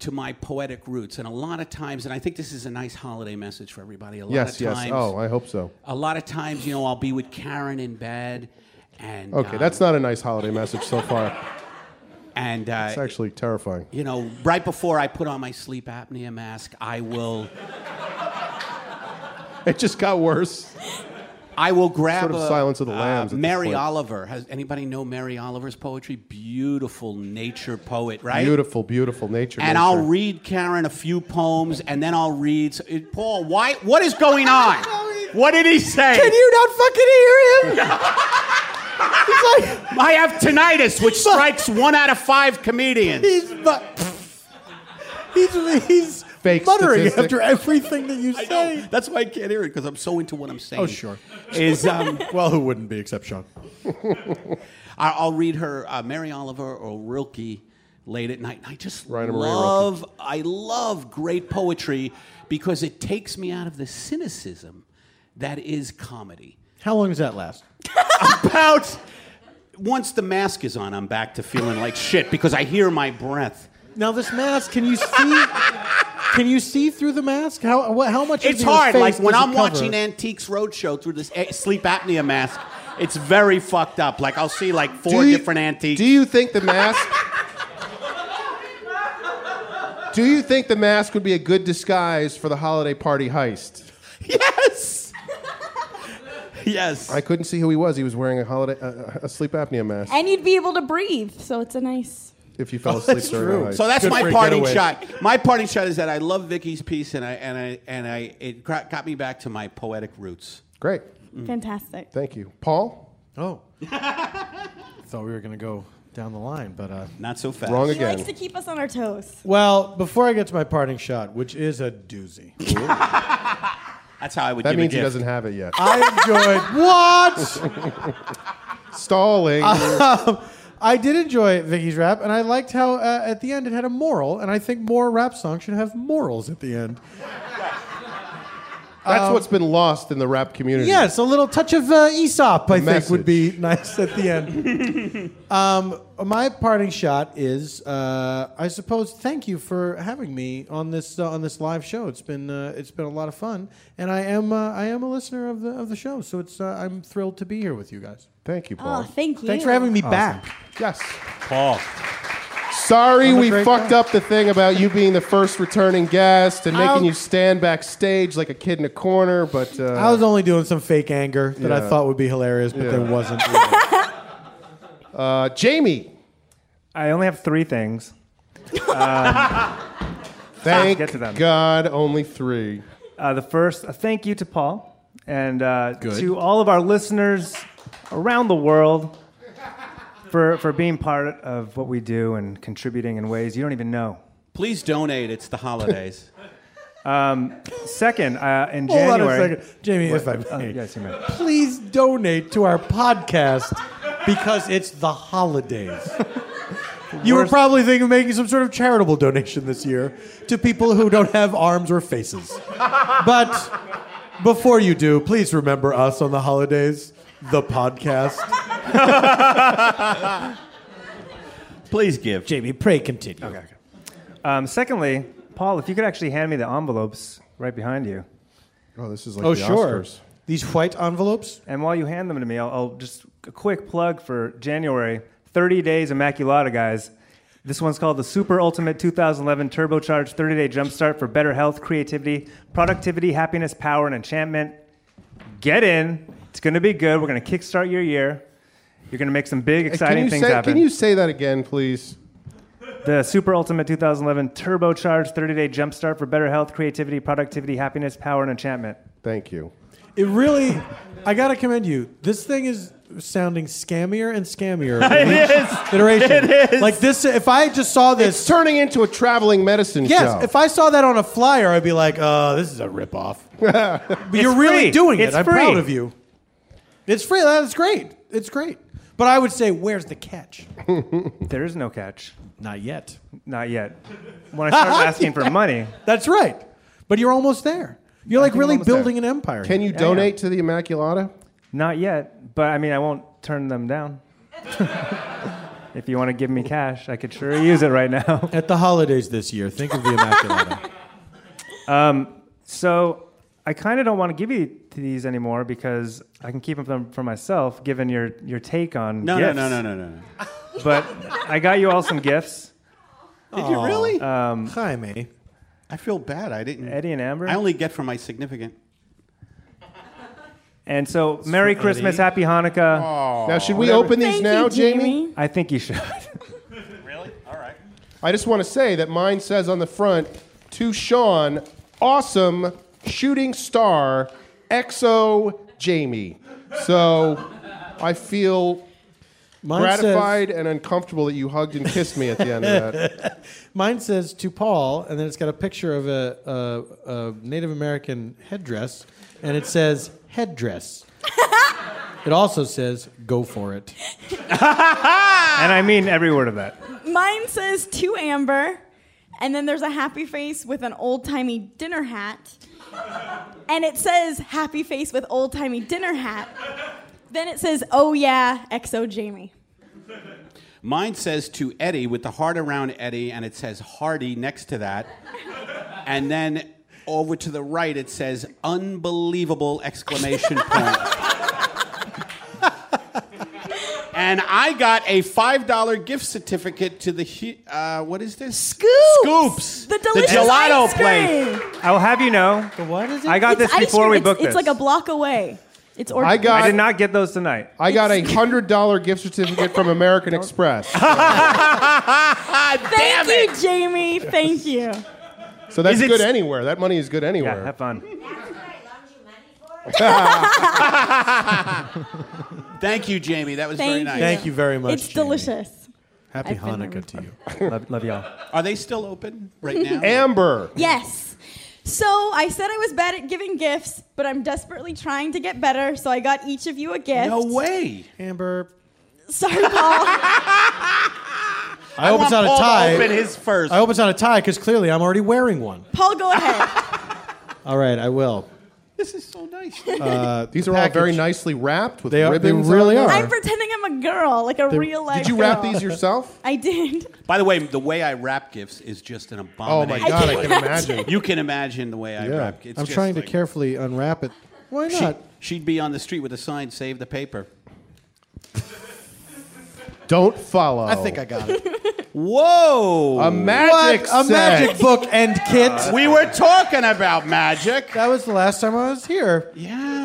Speaker 6: to my poetic roots, and a lot of times, and I think this is a nice holiday message for everybody. A lot
Speaker 5: Yes,
Speaker 6: of
Speaker 5: yes.
Speaker 6: times,
Speaker 5: Oh, I hope so.
Speaker 6: a lot of times, you know, I'll be with Karen in bed, and
Speaker 5: Okay,
Speaker 6: um,
Speaker 5: that's not a nice holiday message so far.
Speaker 6: and
Speaker 5: It's
Speaker 6: uh,
Speaker 5: actually terrifying.
Speaker 6: you know, right before I put on my sleep apnea mask, I will.
Speaker 5: It just got worse.
Speaker 6: I will grab
Speaker 5: Sort of
Speaker 6: a-
Speaker 5: Silence of the
Speaker 6: uh,
Speaker 5: Lambs at this
Speaker 6: Mary
Speaker 5: point.
Speaker 6: Oliver. Has anybody know Mary Oliver's poetry? Beautiful nature poet, right?
Speaker 5: Beautiful, beautiful nature.
Speaker 6: And
Speaker 5: nature.
Speaker 6: I'll read Karen a few poems, and then I'll read. so- it- Paul, why? What is going on? What did he say?
Speaker 9: Can you not fucking hear him? He's like,
Speaker 6: I have tinnitus, which strikes one out of five comedians.
Speaker 9: he's but he's he's
Speaker 5: Fake
Speaker 9: muttering
Speaker 5: statistic.
Speaker 9: after everything that you
Speaker 6: I
Speaker 9: say.
Speaker 6: know. That's why I can't hear it because I'm so into what I'm saying.
Speaker 9: Oh, sure.
Speaker 6: Is um,
Speaker 9: Well, who wouldn't be except Sean?
Speaker 6: I- I'll read her uh, Mary Oliver or Rilke late at night. And I just
Speaker 5: Rainer Maria Rilke.
Speaker 6: love I love great poetry because it takes me out of the cynicism that is comedy.
Speaker 9: How long does that last?
Speaker 6: About once the mask is on, I'm back to feeling like shit because I hear my breath.
Speaker 9: Now this mask, can you see? Can you see through the mask? How what, how much? of
Speaker 6: It's
Speaker 9: your
Speaker 6: hard.
Speaker 9: face
Speaker 6: Like when
Speaker 9: does it
Speaker 6: I'm
Speaker 9: cover?
Speaker 6: watching Antiques Roadshow through this a- sleep apnea mask, it's very fucked up. Like I'll see like
Speaker 5: Do
Speaker 6: four
Speaker 5: you-
Speaker 6: different antiques.
Speaker 5: Do you think the mask? do you think the mask would be a good disguise for the holiday party heist?
Speaker 6: yes. yes.
Speaker 5: I couldn't see who he was. He was wearing a holiday uh, a sleep apnea mask.
Speaker 2: And you'd be able to breathe, so it's a nice.
Speaker 5: if you fell asleep during
Speaker 9: true.
Speaker 5: the heist.
Speaker 6: So Oh, that's
Speaker 9: Good for
Speaker 6: my
Speaker 9: a
Speaker 6: parting
Speaker 9: getaway.
Speaker 6: shot. My parting shot is that I love Vicky's piece, and I and I and I it gra- got me back to my poetic roots. Mm.
Speaker 5: Great.
Speaker 2: Fantastic.
Speaker 5: Thank you, Paul.
Speaker 9: Oh, thought we were gonna go down the line, but uh,
Speaker 6: Not so fast.
Speaker 5: Wrong
Speaker 2: He likes
Speaker 5: again.
Speaker 2: to keep us on our toes.
Speaker 9: well, before I get to my parting shot, which is a doozy,
Speaker 6: That's how I would.
Speaker 5: That
Speaker 6: give
Speaker 5: means
Speaker 6: a
Speaker 5: he
Speaker 6: gift.
Speaker 5: doesn't have it yet.
Speaker 9: I enjoyed what
Speaker 5: Stalling.
Speaker 9: Um, I did enjoy Vicky's rap, and I liked how uh, at the end it had a moral, and I think more rap songs should have morals at the end. Um,
Speaker 5: that's what's been lost in the rap community.
Speaker 9: Yes, a little touch of uh, Aesop, I think, would
Speaker 5: Message.
Speaker 9: be nice at the end. um, my parting shot is, uh, I suppose, thank you for having me on this uh, on this live show. It's been uh, it's been a lot of fun, and I am uh, I am a listener of the of the show, so it's uh, I'm thrilled to be here with you guys.
Speaker 5: Thank you,
Speaker 2: Oh,
Speaker 5: Paul.
Speaker 2: thank you.
Speaker 9: Thanks for having me back.
Speaker 5: yes.
Speaker 6: Paul.
Speaker 5: Sorry
Speaker 9: I'm a
Speaker 5: we
Speaker 9: great
Speaker 5: fucked
Speaker 9: guy.
Speaker 5: up the thing about you being the first returning guest and making
Speaker 9: I'll-
Speaker 5: you stand backstage like a kid in a corner, but uh,
Speaker 9: I was only doing some fake anger that I
Speaker 5: Yeah.
Speaker 9: thought would be hilarious, but
Speaker 5: Yeah.
Speaker 9: there wasn't.
Speaker 5: uh, Jamie,
Speaker 7: I only have three things.
Speaker 5: thank
Speaker 7: Get to them.
Speaker 5: God, only three.
Speaker 7: Uh, the first, a thank you to Paul and uh,
Speaker 9: Good.
Speaker 7: to all of our listeners around the world for, for being part of what we do and contributing in ways you don't even know.
Speaker 6: Please donate. It's the holidays.
Speaker 7: Second, uh, in
Speaker 9: Hold on
Speaker 7: January.
Speaker 9: a second, Jamie, uh, if I
Speaker 7: Oh,
Speaker 9: may.
Speaker 7: yes, you may.
Speaker 9: please donate to our podcast because it's the holidays. You were probably thinking of making some sort of charitable donation this year to people who don't have arms or faces. But before you do, please remember us on the holidays, the podcast.
Speaker 7: uh,
Speaker 6: Please give.
Speaker 9: Jamie, pray continue.
Speaker 7: Um, secondly, Paul, if you could actually hand me the envelopes right behind you.
Speaker 5: Oh, this is like
Speaker 9: Oh,
Speaker 5: the
Speaker 9: sure.
Speaker 5: Oscars.
Speaker 9: These white envelopes?
Speaker 7: And while you hand them to me, I'll, I'll just a quick plug for January 30 Days Immaculata, guys. This one's called the Super Ultimate 2011 Turbocharged 30 Day Jumpstart for Better Health, Creativity, Productivity, Happiness, Power, and Enchantment. Get in. It's going to be good. We're going to kickstart your year. You're going to make some big,
Speaker 5: can
Speaker 7: exciting
Speaker 5: you
Speaker 7: things
Speaker 5: say,
Speaker 7: happen.
Speaker 5: Can you say that again, please?
Speaker 7: The Super Ultimate 2011 Turbocharged 30 Day Jumpstart for Better Health, Creativity, Productivity, Happiness, Power, and Enchantment.
Speaker 5: Thank you.
Speaker 9: It really, I gotta commend you. This thing is sounding scammier and scammier. it is iteration. It is like this. If I just saw this,
Speaker 5: It's turning into a traveling medicine
Speaker 9: yes.
Speaker 5: show.
Speaker 9: If I saw that on a flyer, I'd be like, "Uh, this is a ripoff." but you're really
Speaker 7: free.
Speaker 9: doing
Speaker 7: It's
Speaker 9: it. I'm
Speaker 7: free.
Speaker 9: proud of you. It's free. That's great. It's great. But I would say, where's the catch?
Speaker 7: There is no catch.
Speaker 9: Not yet.
Speaker 7: Not yet. When I started asking for money,
Speaker 9: That's right. But you're almost there. You're like
Speaker 7: think I'm
Speaker 9: really
Speaker 7: almost there.
Speaker 9: building an empire.
Speaker 5: can you
Speaker 7: Yeah,
Speaker 5: donate to the Immaculata?
Speaker 7: not yet, but I mean, I won't turn them down. if you want to give me cash, I could sure use it right now.
Speaker 9: at the holidays this year? Think of the Immaculata.
Speaker 7: Um, So I kind of don't want to give you these anymore because I can keep them for myself, given your, your take on
Speaker 6: No, no,
Speaker 7: gifts.
Speaker 6: no, no, no, no, no.
Speaker 7: But I got you all some gifts. Um,
Speaker 6: Did you really?
Speaker 9: Jaime.
Speaker 6: I feel bad. I didn't.
Speaker 7: Eddie and Amber?
Speaker 6: I only get from my significant.
Speaker 7: And so, Merry
Speaker 9: for
Speaker 7: Christmas,
Speaker 9: Eddie.
Speaker 7: Happy Hanukkah.
Speaker 5: now, should we open these
Speaker 2: Thank
Speaker 5: now,
Speaker 2: you, Jamie.
Speaker 7: I think you should.
Speaker 6: Really? All right.
Speaker 5: I just want to say that mine says on the front to Sean, awesome shooting star, exo Jamie. So I feel
Speaker 9: Mine
Speaker 5: gratified and uncomfortable that you hugged and kissed me at the end of that.
Speaker 9: Says, mine says to Paul, and then it's got a picture of a, a, a Native American headdress, and it says headdress. it also says go for it.
Speaker 7: and I mean every word of that.
Speaker 2: Mine says to Amber, and then there's a happy face with an old timey dinner hat. And it says happy face with old timey dinner hat. Then it says, oh yeah, XO Jamie.
Speaker 6: Mine says to Eddie with the heart around Eddie, and it says Hardy next to that. and then over to the right, it says unbelievable exclamation point. and I got a $5 gift certificate to the, hu- uh, what is this?
Speaker 2: Scoops!
Speaker 6: Scoops!
Speaker 2: The delicious
Speaker 6: gelato
Speaker 2: ice cream. place.
Speaker 7: I will have you know,
Speaker 9: What is it?
Speaker 7: I got
Speaker 2: it's
Speaker 7: this
Speaker 2: ice
Speaker 7: before
Speaker 2: cream.
Speaker 7: we
Speaker 2: It's-
Speaker 7: booked
Speaker 2: it's,
Speaker 7: this.
Speaker 2: like a block away. It's or-
Speaker 5: I got
Speaker 7: I did not get those tonight.
Speaker 5: I got a hundred dollar gift certificate from American Express.
Speaker 2: Thank you, Jamie. Thank you.
Speaker 5: So that's
Speaker 7: Is it
Speaker 5: good
Speaker 7: s-
Speaker 5: anywhere. That money is good
Speaker 7: Yeah,
Speaker 5: anywhere.
Speaker 7: have fun.
Speaker 8: That's what I loaned you money for.
Speaker 6: Thank you, Jamie. That was
Speaker 2: Thank
Speaker 6: very
Speaker 2: you.
Speaker 6: nice.
Speaker 9: Thank you very much.
Speaker 2: it's
Speaker 9: Jamie.
Speaker 2: delicious.
Speaker 9: Happy
Speaker 2: I've been there
Speaker 9: Hanukkah to you.
Speaker 7: Love, love y'all.
Speaker 6: Are they still open right now?
Speaker 5: Amber.
Speaker 2: Yes. So I said I was bad at giving gifts, but I'm desperately trying to get better. So I got each of you a gift.
Speaker 6: no way.
Speaker 9: Amber.
Speaker 2: Sorry, Paul.
Speaker 9: I, hope it's not a
Speaker 6: Paul to Open
Speaker 9: tie.
Speaker 6: his first.
Speaker 9: I hope it's not a tie because clearly I'm already wearing one.
Speaker 2: Paul, go ahead.
Speaker 9: All right, I will. Uh,
Speaker 6: This is so nice.
Speaker 5: Uh, These are all very
Speaker 9: package.
Speaker 5: nicely wrapped with
Speaker 9: They are- they
Speaker 5: ribbons.
Speaker 9: really
Speaker 5: on them.
Speaker 9: are.
Speaker 2: I'm pretending I'm a girl, like a real life.
Speaker 5: Did you wrap
Speaker 2: girl.
Speaker 5: these yourself?
Speaker 2: I did.
Speaker 6: By the way, the way I wrap gifts is just an
Speaker 5: Oh my
Speaker 6: abomination.
Speaker 5: god, I
Speaker 2: did.
Speaker 5: can imagine.
Speaker 6: You can imagine the way I
Speaker 5: Yeah.
Speaker 6: wrap. It's
Speaker 9: I'm
Speaker 6: just
Speaker 9: trying
Speaker 6: like-
Speaker 9: to carefully unwrap it. Why
Speaker 6: She,
Speaker 9: not?
Speaker 6: she'd be on the street with a sign, "Save the paper."
Speaker 5: Don't follow.
Speaker 9: I think I got it.
Speaker 6: Whoa!
Speaker 5: A magic
Speaker 9: a
Speaker 5: set.
Speaker 9: magic book and kit.
Speaker 6: we were talking about magic.
Speaker 9: That was the last time I was here.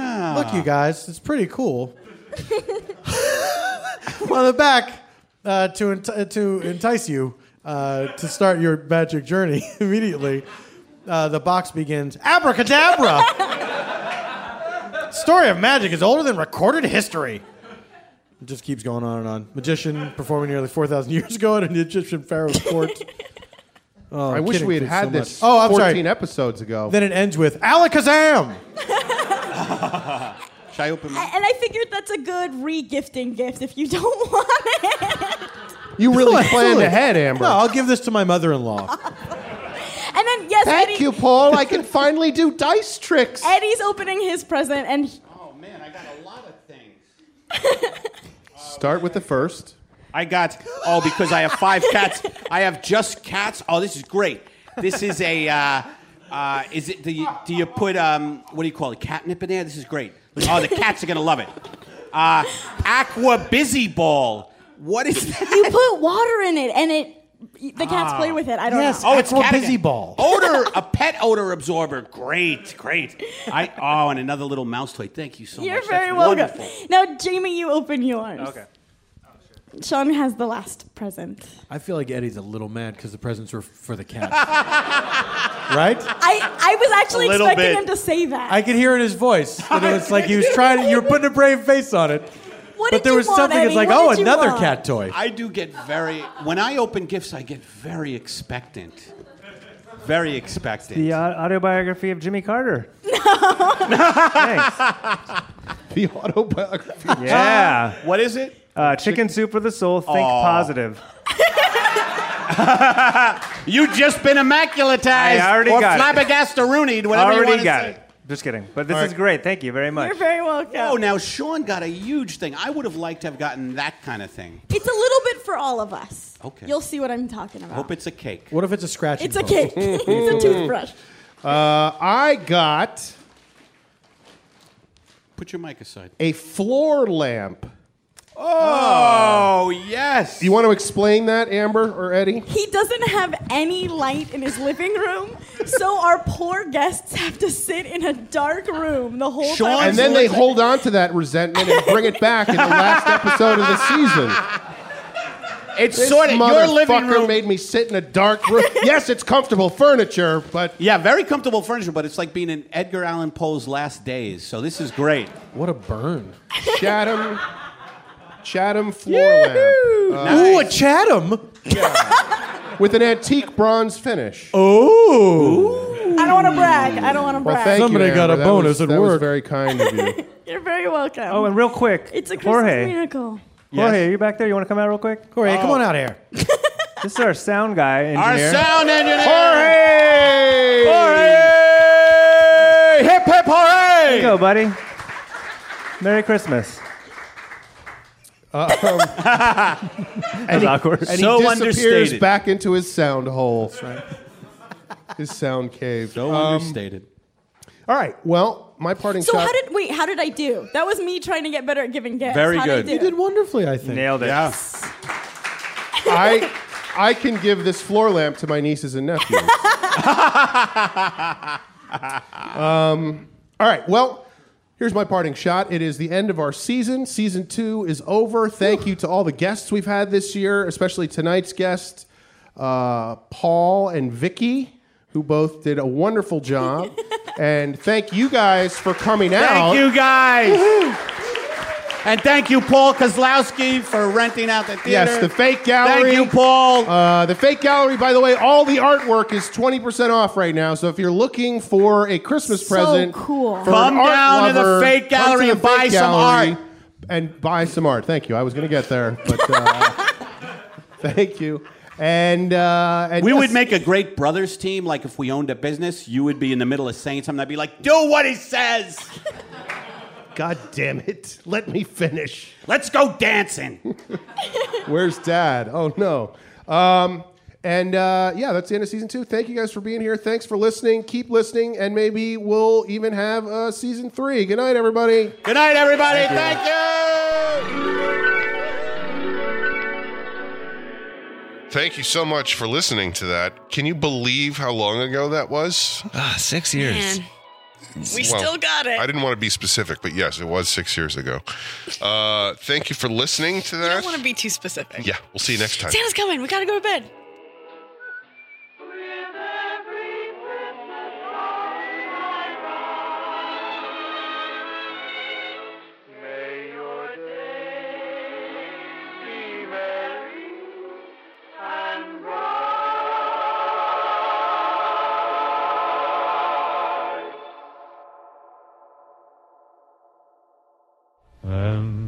Speaker 6: Yeah.
Speaker 9: Look, you guys, it's pretty cool. On the back, uh, to enti- uh, to entice you uh, to start your magic journey immediately, uh, the box begins. Abracadabra. Story of magic is older than recorded history. It just keeps going on and on. Magician performing nearly four thousand years ago at an Egyptian pharaoh's court. Oh,
Speaker 5: I
Speaker 9: I'm
Speaker 5: wish
Speaker 9: kidding,
Speaker 5: we had
Speaker 9: kids,
Speaker 5: had
Speaker 9: so
Speaker 5: this
Speaker 9: much. Oh, I'm
Speaker 5: 14
Speaker 9: sorry.
Speaker 5: episodes ago.
Speaker 9: Then it ends with Alakazam.
Speaker 6: Should I open my?
Speaker 2: And I figured that's a good re-gifting gift if you don't want it.
Speaker 5: you really
Speaker 9: No,
Speaker 5: planned
Speaker 9: absolutely.
Speaker 5: ahead, Amber.
Speaker 9: No, I'll give this to my mother-in-law.
Speaker 2: And then yes,
Speaker 5: Thank
Speaker 2: Eddie,
Speaker 5: you, Paul. I can finally do dice tricks.
Speaker 2: Eddie's opening his present, and
Speaker 6: Oh man, I got a lot of things.
Speaker 5: Start with the first.
Speaker 6: I got oh because I have five cats. I have just cats. Oh, this is great. This is a uh, uh, is it do you, do you put um, what do you call it catnip in there? This is great. Oh, the cats are gonna love it. Uh, Aqua Busy Ball. What is that? Ah.
Speaker 2: you put water in it, and it the cats play with it. I don't
Speaker 9: Yes.
Speaker 2: know.
Speaker 9: Oh, it's
Speaker 6: cat
Speaker 9: busy
Speaker 6: again.
Speaker 9: ball.
Speaker 6: Odor, a pet odor absorber. Great, great. I oh, and another little mouse toy. Thank you so
Speaker 2: You're
Speaker 6: much. That's
Speaker 2: very welcome.
Speaker 6: wonderful.
Speaker 2: Now, Jamie, you open yours.
Speaker 7: Okay. Oh,
Speaker 2: Sean has the last present.
Speaker 9: I feel like Eddie's a little mad because the presents were for the cat. right?
Speaker 2: I, I was actually
Speaker 9: little
Speaker 2: expecting
Speaker 9: bit.
Speaker 2: him to say that.
Speaker 9: I could hear in his voice that it was like he was trying to, you were putting a brave face on it.
Speaker 2: what
Speaker 9: but
Speaker 2: did
Speaker 9: there
Speaker 2: you
Speaker 9: was
Speaker 2: want,
Speaker 9: something
Speaker 2: Eddie?
Speaker 9: that's like,
Speaker 2: What
Speaker 9: oh,
Speaker 2: did you
Speaker 9: another
Speaker 2: want?
Speaker 9: cat toy.
Speaker 6: I do get very when I open gifts, I get very expectant. Very expectant.
Speaker 7: The uh, autobiography of Jimmy Carter. Thanks.
Speaker 5: The autobiography.
Speaker 7: Yeah.
Speaker 6: What is it?
Speaker 7: Uh, chicken soup for the soul. Think positive.
Speaker 6: You just been immaculatized
Speaker 7: I already
Speaker 6: or
Speaker 7: got it.
Speaker 6: flabbergastaroonied, whatever you
Speaker 7: Already
Speaker 6: wanna
Speaker 7: got
Speaker 6: say.
Speaker 7: it. Just kidding. But this
Speaker 9: All
Speaker 7: is
Speaker 9: right.
Speaker 7: great. Thank you very much.
Speaker 2: You're very welcome.
Speaker 6: Oh, now Sean got a huge thing. I would have liked to have gotten that kind of thing.
Speaker 2: It's a little bit for all of us.
Speaker 6: Okay.
Speaker 2: You'll see what I'm talking about.
Speaker 6: Hope it's a cake.
Speaker 9: What if it's a scratch?
Speaker 2: It's a cake. it's a toothbrush.
Speaker 5: Uh, I got
Speaker 6: Put your mic aside.
Speaker 5: a floor lamp.
Speaker 6: Oh yes.
Speaker 5: You want to explain that, Amber or Eddie?
Speaker 2: He doesn't have any light in his living room, so our poor guests have to sit in a dark room the whole
Speaker 6: Sean-
Speaker 2: time.
Speaker 5: And then they hold on to that resentment and bring it back in the last episode of the season.
Speaker 6: it's
Speaker 5: This
Speaker 6: sort of your living
Speaker 5: motherfucker
Speaker 6: room.
Speaker 5: made me sit in a dark room. yes, it's comfortable furniture, but
Speaker 6: yeah, very comfortable furniture, but it's like being in Edgar Allan Poe's last days. So this is great.
Speaker 9: What a burn.
Speaker 5: Chatham, Chatham floor lamp
Speaker 7: Uh,
Speaker 9: Ooh, a Chatham.
Speaker 5: with an antique bronze finish.
Speaker 6: Oh.
Speaker 9: Ooh.
Speaker 2: I don't want to brag. I don't want to
Speaker 5: well,
Speaker 2: brag.
Speaker 5: thank
Speaker 9: Somebody
Speaker 5: you.
Speaker 9: got
Speaker 5: Amber.
Speaker 9: a
Speaker 5: That was-
Speaker 9: bonus at
Speaker 5: that was
Speaker 9: work.
Speaker 5: very kind of you.
Speaker 2: You're very welcome.
Speaker 7: Oh, and real quick.
Speaker 2: it's a Christmas
Speaker 7: Jorge.
Speaker 2: miracle.
Speaker 7: Jorge, are you back there? You want to come out real quick? Oh.
Speaker 9: Corey, come on out here.
Speaker 7: This is our sound guy engineer.
Speaker 6: Our sound engineer.
Speaker 5: Jorge!
Speaker 6: Hooray! Hip hip hooray!
Speaker 7: Go, buddy. Merry Christmas. Uh, um, That's awkward.
Speaker 5: And
Speaker 6: So
Speaker 5: he disappears
Speaker 6: understated.
Speaker 5: back into his sound hole. His sound cave.
Speaker 6: So
Speaker 5: Um,
Speaker 6: understated.
Speaker 5: all right. Well, my parting
Speaker 2: So
Speaker 5: shot.
Speaker 2: how did wait? How did I do? That was me trying to get better at giving gifts.
Speaker 6: Very
Speaker 2: how
Speaker 6: good.
Speaker 2: Did I
Speaker 9: You
Speaker 2: do?
Speaker 9: did wonderfully, I think.
Speaker 7: Nailed it.
Speaker 6: Yeah.
Speaker 5: I I can give this floor lamp to my nieces and nephews. um, Um, all right. Well, here's my parting shot. It is the end of our season. Season two is over. Thank you to all the guests we've had this year, especially tonight's guest, uh, Paul and Vicky, who both did a wonderful job. and thank you guys for coming out.
Speaker 6: Thank you guys. and thank you, Paul Kozlowski, for renting out the theater.
Speaker 5: Yes, the fake gallery.
Speaker 6: Thank you, Paul.
Speaker 5: Uh, the fake gallery, by the way, all the artwork is 20% off right now. So if you're looking for a Christmas
Speaker 2: So
Speaker 5: present,
Speaker 2: cool.
Speaker 5: for
Speaker 6: Come
Speaker 5: an art
Speaker 6: down to the
Speaker 5: lover, come
Speaker 6: fake
Speaker 5: to
Speaker 6: gallery
Speaker 5: the
Speaker 6: and buy
Speaker 5: fake
Speaker 6: some
Speaker 5: gallery
Speaker 6: art.
Speaker 5: And buy some art. Thank you. I was going to get there, but uh, thank you. And, uh, and
Speaker 6: we
Speaker 5: yes,
Speaker 6: would make a great brothers team. Like if we owned a business, you would be in the middle of saying something. I'd be like, "Do what he says.
Speaker 5: God damn it! Let me finish.
Speaker 6: Let's go dancing."
Speaker 5: Where's Dad? Oh no. Um, and uh, yeah, that's the end of season two. Thank you guys for being here. Thanks for listening. Keep listening, and maybe we'll even have uh, season three. Good night, everybody.
Speaker 6: Good night, everybody. Thank you.
Speaker 1: Thank you so much for listening to that. Can you believe how long ago that was?
Speaker 3: Ah, six years.
Speaker 10: Man, we
Speaker 1: Well,
Speaker 10: still got it.
Speaker 1: I didn't want to be specific, but yes, it was six years ago. Uh, thank you for listening to
Speaker 10: I
Speaker 1: that.
Speaker 10: don't want to be too specific.
Speaker 1: yeah, we'll see you next time.
Speaker 10: Santa's coming. We gotta go to bed.
Speaker 4: May your day be merry and bright.
Speaker 11: And